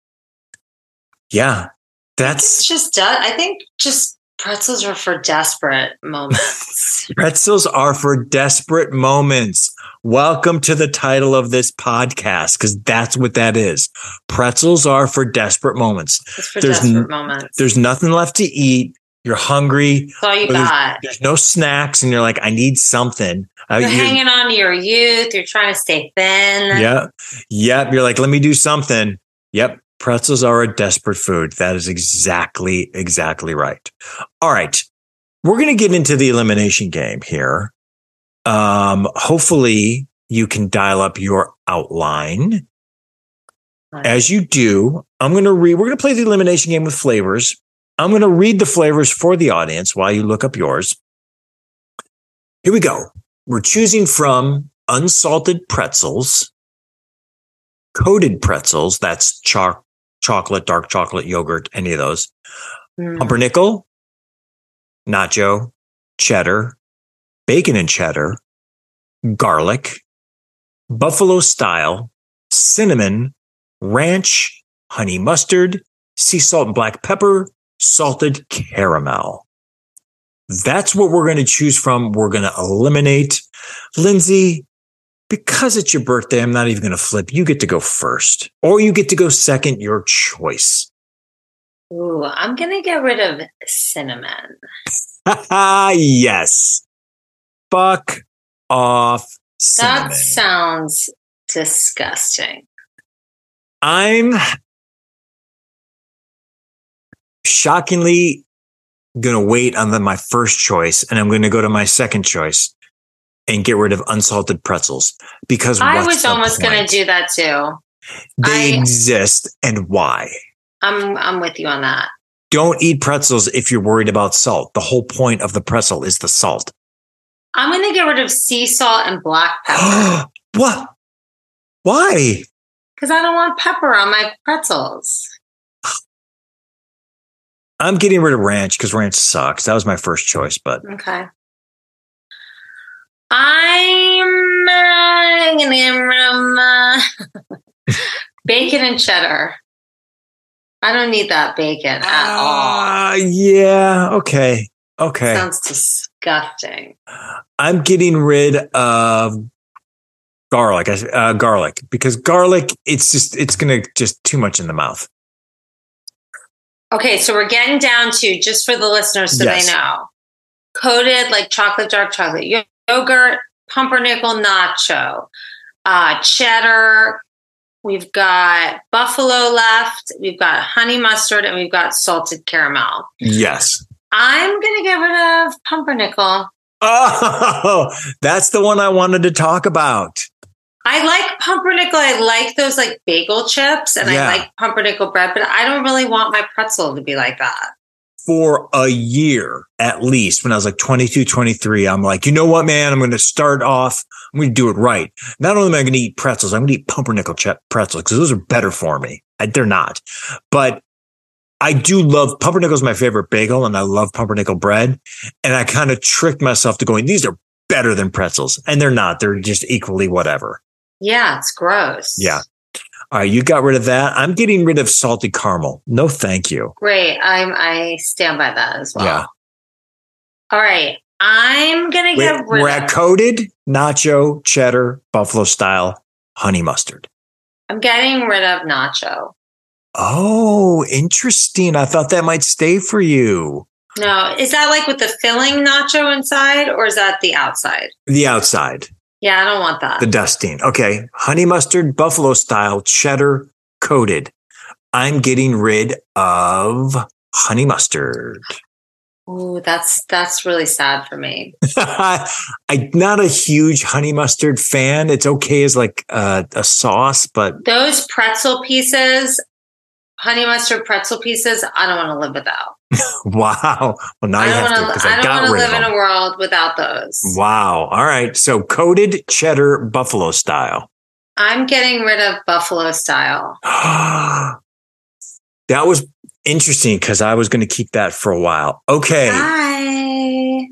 Speaker 1: Yeah,
Speaker 2: It's
Speaker 1: that's
Speaker 2: just, de- I think just pretzels are for desperate moments.
Speaker 1: pretzels are for desperate moments. Welcome to the title of this podcast because that's what that is. Pretzels are for desperate moments.
Speaker 2: it's for
Speaker 1: There's n-
Speaker 2: desperate moments.
Speaker 1: There's nothing left to eat. You're hungry.
Speaker 2: That's all you
Speaker 1: well, there's-
Speaker 2: got.
Speaker 1: There's no snacks, and you're like, I need something. Uh,
Speaker 2: You're
Speaker 1: you-
Speaker 2: hanging on to your youth. You're trying to stay thin.
Speaker 1: Yep. Yep. You're like, let me do something. Yep. Pretzels are a desperate food. That is exactly, exactly right. All right. We're going to get into the elimination game here. Um, hopefully you can dial up your outline. As you do, I'm going to read, we're going to play the elimination game with flavors. I'm going to read the flavors for the audience while you look up yours. Here we go. We're choosing from unsalted pretzels, coated pretzels, that's cho- chocolate, dark chocolate, yogurt, any of those,
Speaker 2: Mm.
Speaker 1: pumpernickel, nacho, cheddar, bacon and cheddar, garlic, buffalo style, cinnamon, ranch, honey mustard, sea salt and black pepper, salted caramel. That's what we're going to choose from. We're going to eliminate. Lindsay, because it's your birthday, I'm not even going to flip. You get to go first, or you get to go second, your choice.
Speaker 2: Ooh, I'm going to get rid of cinnamon.
Speaker 1: yes. Fuck off. Cinnamon.
Speaker 2: That sounds disgusting.
Speaker 1: I'm shockingly going to wait on the, my first choice and I'm going to go to my second choice and get rid of unsalted pretzels because
Speaker 2: I
Speaker 1: what's
Speaker 2: was
Speaker 1: the
Speaker 2: almost going to
Speaker 1: point?
Speaker 2: do that too.
Speaker 1: They
Speaker 2: I-
Speaker 1: exist and why?
Speaker 2: I'm I'm with you on that.
Speaker 1: Don't eat pretzels if you're worried about salt. The whole point of the pretzel is the salt.
Speaker 2: I'm going to get rid of sea salt and black pepper
Speaker 1: what? Why?
Speaker 2: because I don't want pepper on my pretzels.
Speaker 1: I'm getting rid of ranch because ranch sucks. That was my first choice, but
Speaker 2: Okay. I'm uh, going to get rid of uh, bacon and cheddar. I don't need that bacon at all.
Speaker 1: Ah, yeah, okay, okay.
Speaker 2: Sounds disgusting.
Speaker 1: I'm getting rid of garlic, uh, garlic because garlic it's just it's gonna just too much in the mouth.
Speaker 2: Okay, so we're getting down to just for the listeners so
Speaker 1: Yes.
Speaker 2: they know coated like chocolate, dark chocolate, yo- yogurt, pumpernickel, nacho, uh, cheddar. We've got buffalo left. We've got honey mustard, and we've got salted caramel.
Speaker 1: Yes.
Speaker 2: I'm gonna get rid of pumpernickel.
Speaker 1: Oh, that's the one I wanted to talk about.
Speaker 2: I like pumpernickel. I like those like bagel chips, and
Speaker 1: Yeah.
Speaker 2: I like pumpernickel bread, but I don't really want my pretzel to be like that.
Speaker 1: for a year at least when I was like 22, 23. I'm like, you know what, man? I'm going to start off. I'm going to do it right. Not only am I going to eat pretzels, I'm going to eat pumpernickel ch- pretzels because those are better for me. I, they're not, but I do love pumpernickel is my favorite bagel and I love pumpernickel bread. And I kind of tricked myself to going, these are better than pretzels and they're not. They're just equally whatever.
Speaker 2: Yeah, it's gross.
Speaker 1: Yeah. All right. You got rid of that. I'm getting rid of salty caramel. No, thank you.
Speaker 2: Great. I'm I stand by that as well.
Speaker 1: Yeah.
Speaker 2: All right. I'm gonna get
Speaker 1: We're,
Speaker 2: rid
Speaker 1: we're
Speaker 2: of
Speaker 1: at coated nacho cheddar buffalo style honey mustard.
Speaker 2: I'm getting rid of nacho.
Speaker 1: Oh, interesting. I thought that might stay for you.
Speaker 2: No, is that like with the filling nacho inside or is that the outside?
Speaker 1: The outside,
Speaker 2: Yeah, I don't want that.
Speaker 1: the dusting. Okay. Honey mustard, buffalo style, cheddar coated. I'm getting rid of honey mustard.
Speaker 2: Ooh, that's that's really sad for me.
Speaker 1: I'm not a huge honey mustard fan. It's okay as like uh, a sauce, but
Speaker 2: Those pretzel pieces, honey mustard pretzel pieces, I don't want to live without.
Speaker 1: wow. Well, now
Speaker 2: I
Speaker 1: you
Speaker 2: don't
Speaker 1: have to
Speaker 2: want
Speaker 1: because
Speaker 2: to. I
Speaker 1: I
Speaker 2: don't
Speaker 1: got
Speaker 2: want to
Speaker 1: rid of
Speaker 2: live in
Speaker 1: them.
Speaker 2: a world without those.
Speaker 1: Wow. All right. So coated cheddar buffalo style.
Speaker 2: I'm getting rid of buffalo style.
Speaker 1: that was interesting because I was going to keep that for a while. Okay.
Speaker 2: Hi.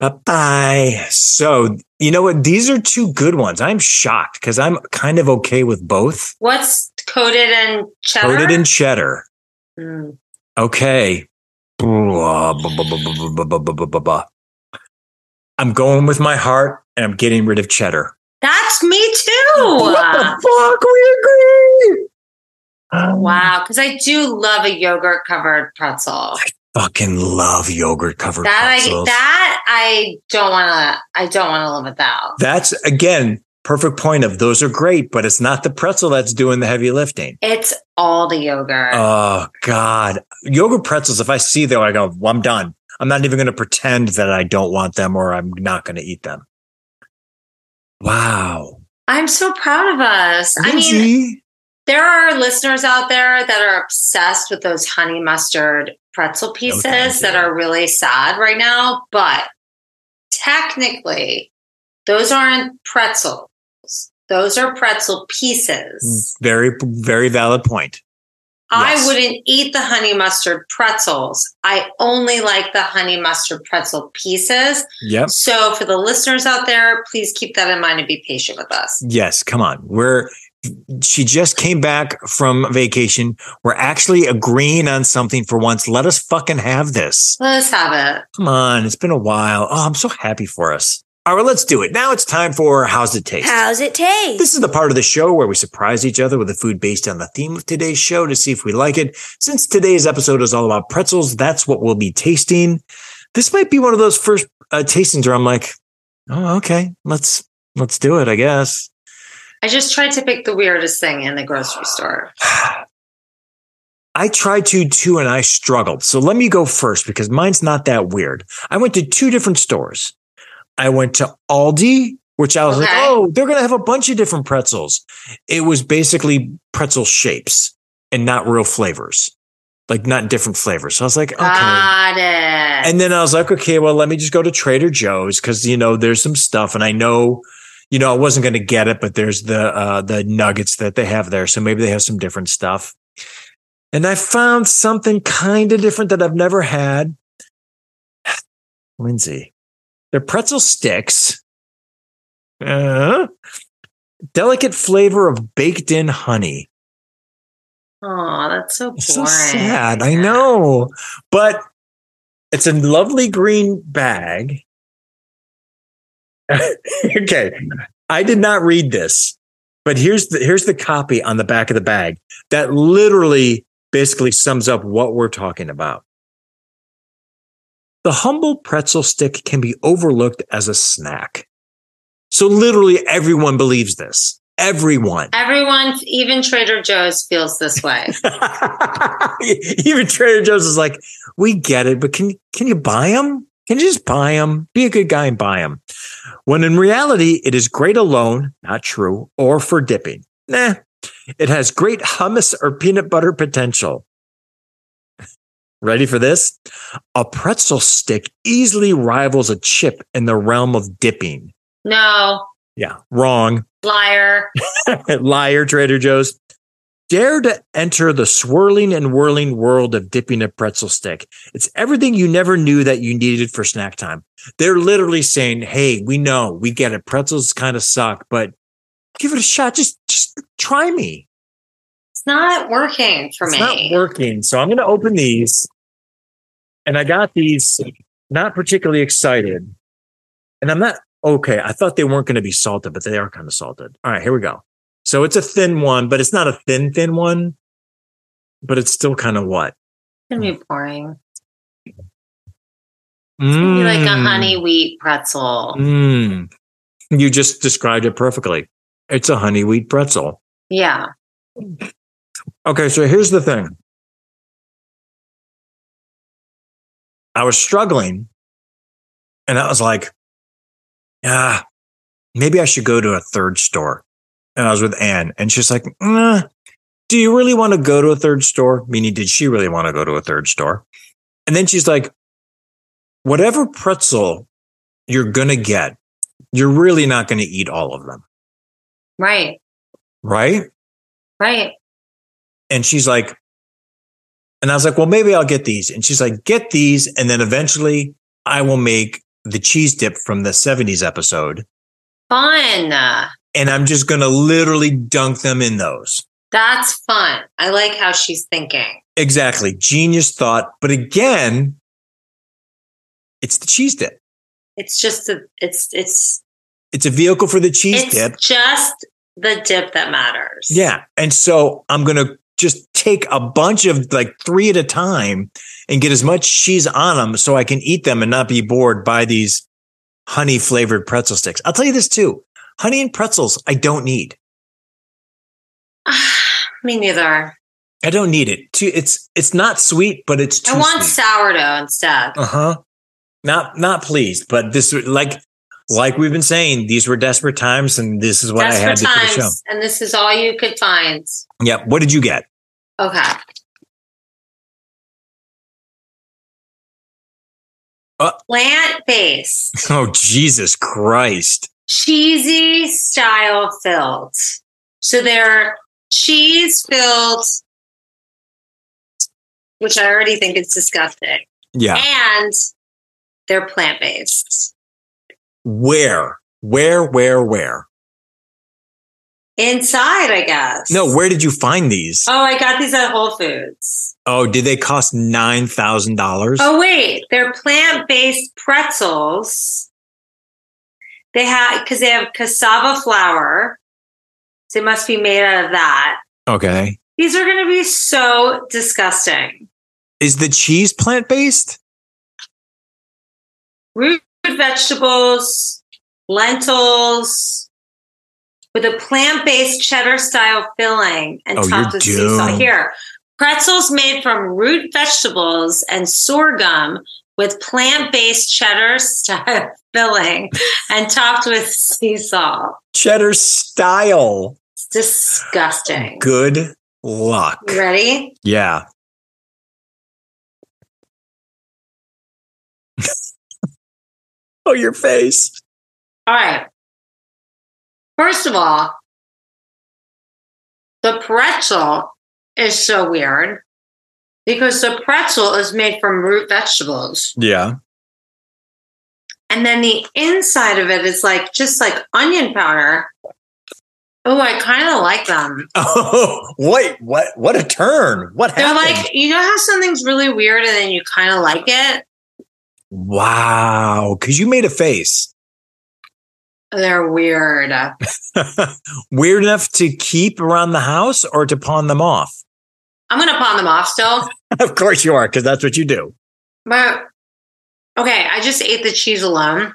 Speaker 1: Bye bye. So, you know what? These are two good ones. I'm shocked because I'm kind of okay with both.
Speaker 2: What's coated in cheddar?
Speaker 1: Coated in cheddar.
Speaker 2: Mm.
Speaker 1: Okay. Blah, blah, blah, blah, blah, blah, blah, blah, blah, blah, blah. I'm going with my heart and I'm getting rid of cheddar.
Speaker 2: That's me too.
Speaker 1: What the fuck? We agree. Um,
Speaker 2: Wow, because I do love a yogurt covered pretzel.
Speaker 1: Fucking love yogurt covered
Speaker 2: That I
Speaker 1: pretzels.
Speaker 2: that I don't want to. I don't want to live without.
Speaker 1: That's again perfect point of those are great, but it's not the pretzel that's doing the heavy lifting.
Speaker 2: It's all the yogurt.
Speaker 1: Oh God, yogurt pretzels. If I see them, I go, well, I'm done. I'm not even going to pretend that I don't want them or I'm not going to eat them. Wow,
Speaker 2: I'm so proud of us. I mean,
Speaker 1: Lindsay,
Speaker 2: There are listeners out there that are obsessed with those honey mustard pretzel pieces
Speaker 1: thank
Speaker 2: that
Speaker 1: you.
Speaker 2: are really sad right now, but technically, those aren't pretzels. Those are pretzel pieces.
Speaker 1: very very valid point. Mm, yes.
Speaker 2: I wouldn't eat the honey mustard pretzels. I only like the honey mustard pretzel pieces.
Speaker 1: Yep.
Speaker 2: So, for the listeners out there, please keep that in mind and be patient with us.
Speaker 1: Yes, come on. We're she just came back from vacation. We're actually agreeing on something for once. Let us fucking have this.
Speaker 2: Let's have it.
Speaker 1: Come on, it's been a while. Oh, I'm so happy for us. All right, let's do it. Now it's time for How's It Taste?
Speaker 5: How's it taste?
Speaker 1: This is the part of the show where we surprise each other with a food based on the theme of today's show to see if we like it. Since today's episode is all about pretzels, that's what we'll be tasting. This might be one of those first uh, tastings where I'm like, oh, okay, let's let's do it, I guess.
Speaker 2: I just tried to pick the weirdest thing in the grocery store.
Speaker 1: I tried to too and I struggled. So let me go first because mine's not that weird. I went to two different stores. I went to Aldi, which I was like,
Speaker 2: Okay.
Speaker 1: oh, they're going to have a bunch of different pretzels. It was basically pretzel shapes and not real flavors, like not different flavors. So I was like, okay.
Speaker 2: Got it.
Speaker 1: And then I was like, okay, well, let me just go to Trader Joe's because you know there's some stuff, and I know, you know, I wasn't going to get it, but there's the uh, the nuggets that they have there, so maybe they have some different stuff. And I found something kind of different that I've never had. Lindsay, they're pretzel sticks. Uh, delicate flavor of baked in honey.
Speaker 2: oh, that's so boring.
Speaker 1: It's so sad. I know, but it's a lovely green bag. okay, I did not read this, but here's the here's the copy on the back of the bag that literally basically sums up what we're talking about. The humble pretzel stick can be overlooked as a snack. So literally everyone believes this. Everyone.
Speaker 2: Everyone, even Trader Joe's, feels this way.
Speaker 1: Even Trader Joe's is like, we get it, but can can you buy them? Can you just buy them? Be a good guy and buy them. When in reality, it is great alone, not true, or for dipping. Nah, it has great hummus or peanut butter potential. Ready for this? A pretzel stick easily rivals a chip in the realm of dipping.
Speaker 2: No,
Speaker 1: Yeah, wrong.
Speaker 2: liar.
Speaker 1: Liar, Trader Joe's. Dare to enter the swirling and whirling world of dipping a pretzel stick. It's everything you never knew that you needed for snack time. They're literally saying, Hey, we know we get it. Pretzels kind of suck, but give it a shot. Just, just try me.
Speaker 2: It's not working for
Speaker 1: it's
Speaker 2: me.
Speaker 1: not working. So I'm going to open these. And I got these not particularly excited. And I'm not okay. I thought they weren't going to be salted, but they are kind of salted. All right, here we go. So it's a thin one, but it's not a thin, thin one, but it's still kind of what?
Speaker 2: it's gonna be boring. It's gonna be like a
Speaker 1: Mm.
Speaker 2: honey wheat pretzel.
Speaker 1: Mm. You just described it perfectly. It's a honey wheat pretzel.
Speaker 2: Yeah.
Speaker 1: Okay, so here's the thing. I was struggling and I was like, ah, maybe I should go to a third store. And I was with Anne and she's like, "Nah, do you really want to go to a third store? Meaning, did she really want to go to a third store? And then she's like, whatever pretzel you're going to get, you're really not going to eat all of them.
Speaker 2: Right.
Speaker 1: Right.
Speaker 2: Right.
Speaker 1: And she's like, and I was like, well, maybe I'll get these. And she's like, get these. And then eventually I will make the cheese dip from the 70s episode.
Speaker 2: Fun.
Speaker 1: And I'm just going to literally dunk them in those.
Speaker 2: That's fun. I like how she's thinking.
Speaker 1: Exactly. Genius thought. But again, it's the cheese dip.
Speaker 2: It's just a, it's it's
Speaker 1: It's a vehicle for the cheese
Speaker 2: it's
Speaker 1: dip.
Speaker 2: just the dip that matters.
Speaker 1: Yeah. And so I'm going to just take a bunch of like three at a time and get as much cheese on them so I can eat them and not be bored by these honey flavored pretzel sticks. I'll tell you this too honey and pretzels, I don't need.
Speaker 2: Ah, Me neither.
Speaker 1: I don't need it. Too- It's it's not sweet, but it's too
Speaker 2: I want
Speaker 1: sweet.
Speaker 2: sourdough instead.
Speaker 1: Uh huh. Not not pleased, but this like like we've been saying, these were desperate times, and this is what I had
Speaker 2: Desperate
Speaker 1: to for the show.
Speaker 2: times, and this is all you could find.
Speaker 1: Yeah. What did you get?
Speaker 2: Okay.
Speaker 1: Uh.
Speaker 2: Plant based,
Speaker 1: Oh Jesus Christ!
Speaker 2: cheesy style filled. So they're cheese filled, which I already think is disgusting,
Speaker 1: Yeah.
Speaker 2: and they're plant based
Speaker 1: Where? Where? Where? Where?
Speaker 2: inside, I guess.
Speaker 1: No, where did you find these?
Speaker 2: Oh, I got these at Whole Foods.
Speaker 1: Oh, did they cost nine thousand dollars?
Speaker 2: Oh wait, they're plant-based pretzels. They have because they have cassava flour. So they must be made out of that.
Speaker 1: Okay.
Speaker 2: These are going to be so disgusting.
Speaker 1: Is the cheese plant based?
Speaker 2: Root vegetables, lentils, with a plant-based cheddar-style filling and
Speaker 1: Oh,
Speaker 2: topped
Speaker 1: you're
Speaker 2: with sea salt.
Speaker 1: doomed.
Speaker 2: Here, pretzels made from root vegetables and sorghum with plant-based cheddar-style filling and topped with sea salt.
Speaker 1: Cheddar style.
Speaker 2: It's disgusting.
Speaker 1: Good luck.
Speaker 2: You ready?
Speaker 1: Yeah. oh, your face.
Speaker 2: All right. First of all, the pretzel is so weird because the pretzel is made from root vegetables.
Speaker 1: Yeah.
Speaker 2: And then the inside of it is like just like onion powder. Oh, I kind of like them.
Speaker 1: Oh, wait. What? What a turn. What
Speaker 2: They're
Speaker 1: happened?
Speaker 2: like, you know how something's really weird and then you kind of like it?
Speaker 1: wow. Because you made a face.
Speaker 2: They're weird.
Speaker 1: Weird enough to keep around the house or to pawn them off?
Speaker 2: I'm going to pawn them off still.
Speaker 1: of course you are, because that's what you do.
Speaker 2: But okay, I just ate the cheese alone.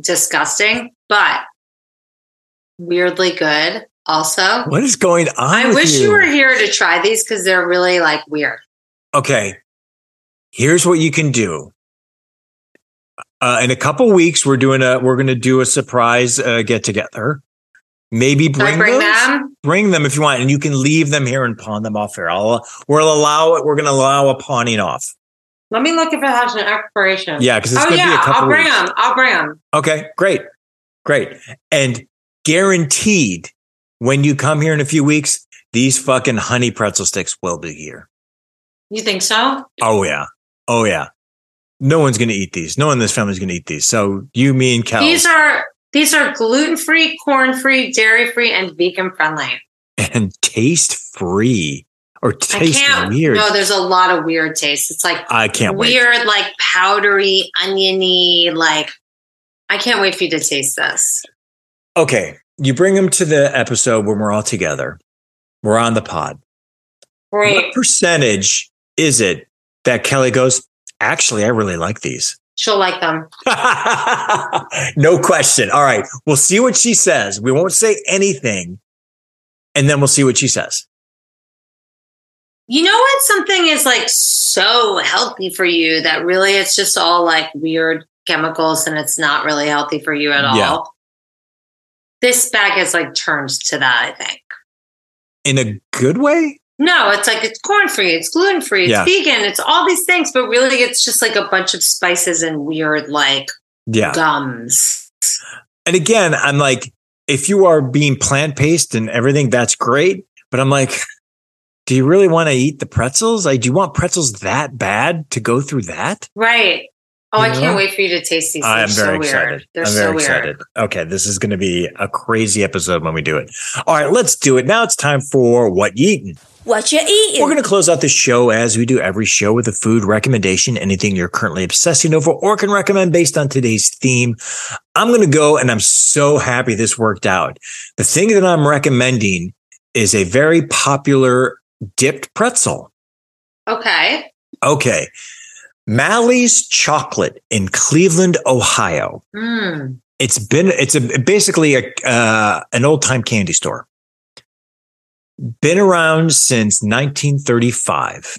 Speaker 2: Disgusting, but weirdly good also.
Speaker 1: What is going on?
Speaker 2: I
Speaker 1: with
Speaker 2: wish you. were here to try these because they're really like weird.
Speaker 1: okay, here's what you can do. Uh, in a couple weeks, we're doing a we're going to do a surprise uh, get together, Maybe bring,
Speaker 2: I bring
Speaker 1: those?
Speaker 2: them?
Speaker 1: Bring them if you want, and you can leave them here and pawn them off here. I'll we'll allow it. We're going to allow a pawning off.
Speaker 2: Let me look if it has an expiration.
Speaker 1: Yeah, because it's
Speaker 2: oh
Speaker 1: going to
Speaker 2: yeah,
Speaker 1: be a couple.
Speaker 2: I'll bring
Speaker 1: weeks.
Speaker 2: them. I'll bring them.
Speaker 1: Okay, great, great, and guaranteed when you come here in a few weeks, these fucking honey pretzel sticks will be here.
Speaker 2: You think so?
Speaker 1: Oh yeah, oh yeah. No one's going to eat these. No one in this family's going to eat these. So you, me, and Kel,
Speaker 2: These are these are gluten free, corn free, dairy free, and vegan friendly.
Speaker 1: and taste free or
Speaker 2: I
Speaker 1: taste
Speaker 2: can't.
Speaker 1: weird.
Speaker 2: No, there's a lot of weird tastes. It's like
Speaker 1: I can't wait.
Speaker 2: weird, like powdery, oniony. Like I can't wait for you to taste this.
Speaker 1: okay, you bring them to the episode when we're all together. We're on the pod. What
Speaker 2: Great.
Speaker 1: percentage is it that Kelly goes, actually, I really like these?
Speaker 2: She'll like them.
Speaker 1: no question. All right. We'll see what she says. We won't say anything. And then we'll see what she says.
Speaker 2: You know when something is like so healthy for you that really it's just all like weird chemicals and it's not really healthy for you at all.
Speaker 1: Yeah.
Speaker 2: This bag is like turns to that, I think.
Speaker 1: In a good way?
Speaker 2: No, it's like it's corn free, it's gluten free, it's
Speaker 1: Yeah.
Speaker 2: vegan, it's all these things, but really it's just like a bunch of spices and weird like
Speaker 1: Yeah.
Speaker 2: gums.
Speaker 1: And again, I'm like, if you are being plant based and everything, that's great. But I'm like, do you really want to eat the pretzels? Like, do you want pretzels that bad to go through that?
Speaker 2: Right. Oh, I
Speaker 1: Yeah.
Speaker 2: can't wait for you to taste these.
Speaker 1: I
Speaker 2: They're
Speaker 1: am
Speaker 2: so
Speaker 1: very
Speaker 2: weird.
Speaker 1: excited.
Speaker 2: They're
Speaker 1: I'm
Speaker 2: so
Speaker 1: very
Speaker 2: weird.
Speaker 1: excited. Okay, this is going to be a crazy episode when we do it. All right, let's do it. Now it's time for what you eating.
Speaker 5: What you eating?
Speaker 1: We're going to close out the show as we do every show with a food recommendation, anything you're currently obsessing over or can recommend based on today's theme. I'm going to go and I'm so happy this worked out. The thing that I'm recommending is a very popular dipped pretzel.
Speaker 2: Okay.
Speaker 1: Okay. Mally's Chocolate in Cleveland, Ohio.
Speaker 2: Mm.
Speaker 1: It's been it's a basically a uh, an old time candy store. Been around since 1935,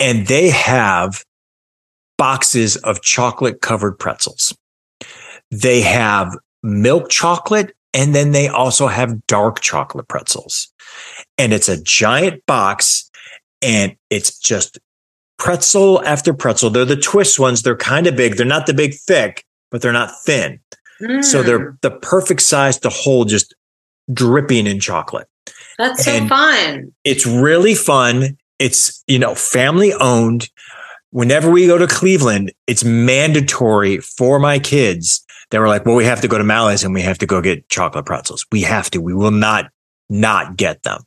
Speaker 1: and they have boxes of chocolate covered pretzels. They have milk chocolate, and then they also have dark chocolate pretzels. And it's a giant box, and it's just pretzel after pretzel. They're the twist ones. They're kind of big. They're not the big thick, but they're not thin. So
Speaker 2: Mm.
Speaker 1: they're the perfect size to hold just dripping in chocolate.
Speaker 2: that's so
Speaker 1: and-
Speaker 2: fun.
Speaker 1: It's really fun. It's, you know, family owned. Whenever we go to Cleveland, it's mandatory for my kids. They were like, well, we have to go to Mally's and we have to go get chocolate pretzels. We have to. We will not, not get them.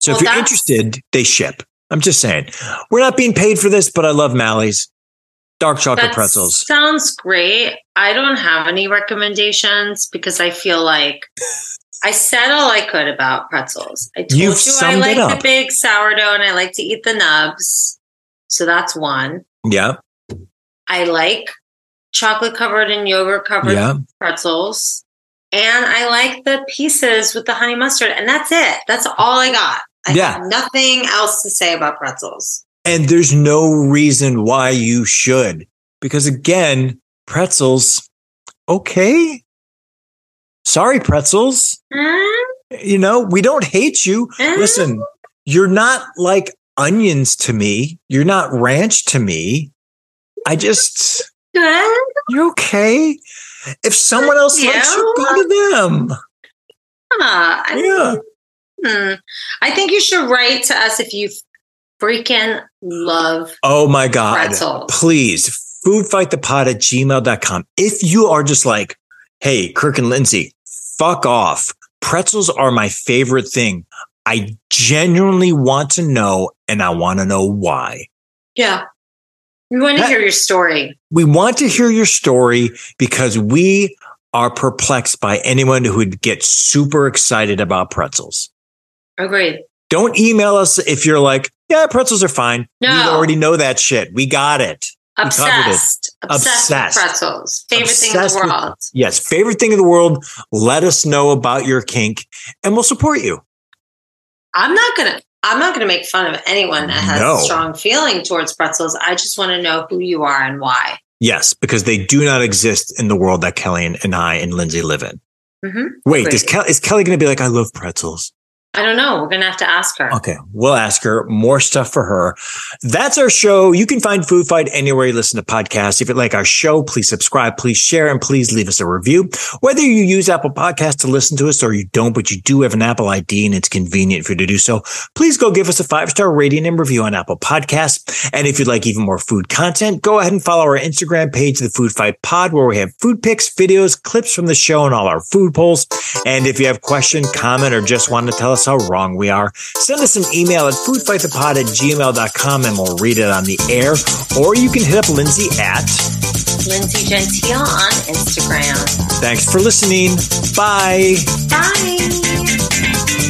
Speaker 1: So
Speaker 2: Well,
Speaker 1: if you're
Speaker 2: that's-
Speaker 1: interested, they ship. I'm just saying. We're not being paid for this, but I love Mally's. Dark chocolate
Speaker 2: That
Speaker 1: pretzels.
Speaker 2: Sounds great. I don't have any recommendations because I feel like I said all I could about pretzels. I told
Speaker 1: You've
Speaker 2: you I
Speaker 1: summed
Speaker 2: like
Speaker 1: it
Speaker 2: the
Speaker 1: up.
Speaker 2: big sourdough and I like to eat the nubs. So that's one.
Speaker 1: Yeah.
Speaker 2: I like chocolate covered and yogurt covered
Speaker 1: Yeah.
Speaker 2: pretzels. And I like the pieces with the honey mustard. And that's it. That's all I got. I
Speaker 1: Yeah.
Speaker 2: have nothing else to say about pretzels.
Speaker 1: And there's no reason why you should, because again, pretzels, okay. Sorry, pretzels.
Speaker 2: Hmm?
Speaker 1: You know, we don't hate you.
Speaker 2: Hmm?
Speaker 1: Mm-hmm. Listen, you're not like onions to me. You're not ranch to me. I just,
Speaker 2: Good.
Speaker 1: you're okay. If someone else likes you, go to them.
Speaker 2: Ah, I
Speaker 1: Yeah.
Speaker 2: Hmm. I think you should write to us if you freaking love
Speaker 1: Oh my God.
Speaker 2: pretzels.
Speaker 1: please foodfightthepod at gmail.com if you are just like hey kirk and lindsay fuck off pretzels are my favorite thing i genuinely want to know and i want to know why
Speaker 2: Yeah. We want to
Speaker 1: That-
Speaker 2: hear your story.
Speaker 1: we want to hear your story because we are perplexed by anyone who would get super excited about pretzels
Speaker 2: Agreed.
Speaker 1: don't email us if you're like yeah pretzels are fine we
Speaker 2: No.
Speaker 1: already know that shit we got it covered it.
Speaker 2: Obsessed. Obsessed. with
Speaker 1: Obsessed.
Speaker 2: pretzels. Favorite thing in
Speaker 1: Obsessed
Speaker 2: the
Speaker 1: with-
Speaker 2: world.
Speaker 1: Yes, favorite thing in the world. Let us know about your kink and we'll support you.
Speaker 2: I'm not gonna I'm not gonna make fun of anyone that has
Speaker 1: No.
Speaker 2: a strong feeling towards pretzels. I just want to know who you are and why.
Speaker 1: Yes, because they do not exist in the world that Kelly and, and I and Lindsay live in.
Speaker 2: Mhm.
Speaker 1: Wait, does
Speaker 2: Wait.
Speaker 1: Kel- is Kelly going to be like, I love pretzels?
Speaker 2: I don't know. We're gonna have to ask her.
Speaker 1: Okay, we'll ask her more stuff for her. That's our show. You can find Food Fight anywhere you listen to podcasts. If you like our show, please subscribe, please share, and please leave us a review. Whether you use Apple Podcasts to listen to us or you don't, but you do have an Apple ID and it's convenient for you to do so, please go give us a five star rating and review on Apple Podcasts. And if you'd like even more food content, go ahead and follow our Instagram page, The Food Fight Pod, where we have food pics, videos, clips from the show, and all our food polls. And if you have question, comment, or just want to tell us how wrong we are, send us an email at foodfightthepod at gmail.com and we'll read it on the air. Or you can hit up Lindsay at.
Speaker 2: Lindsay Gentile on Instagram.
Speaker 1: Thanks for listening. Bye.
Speaker 2: Bye.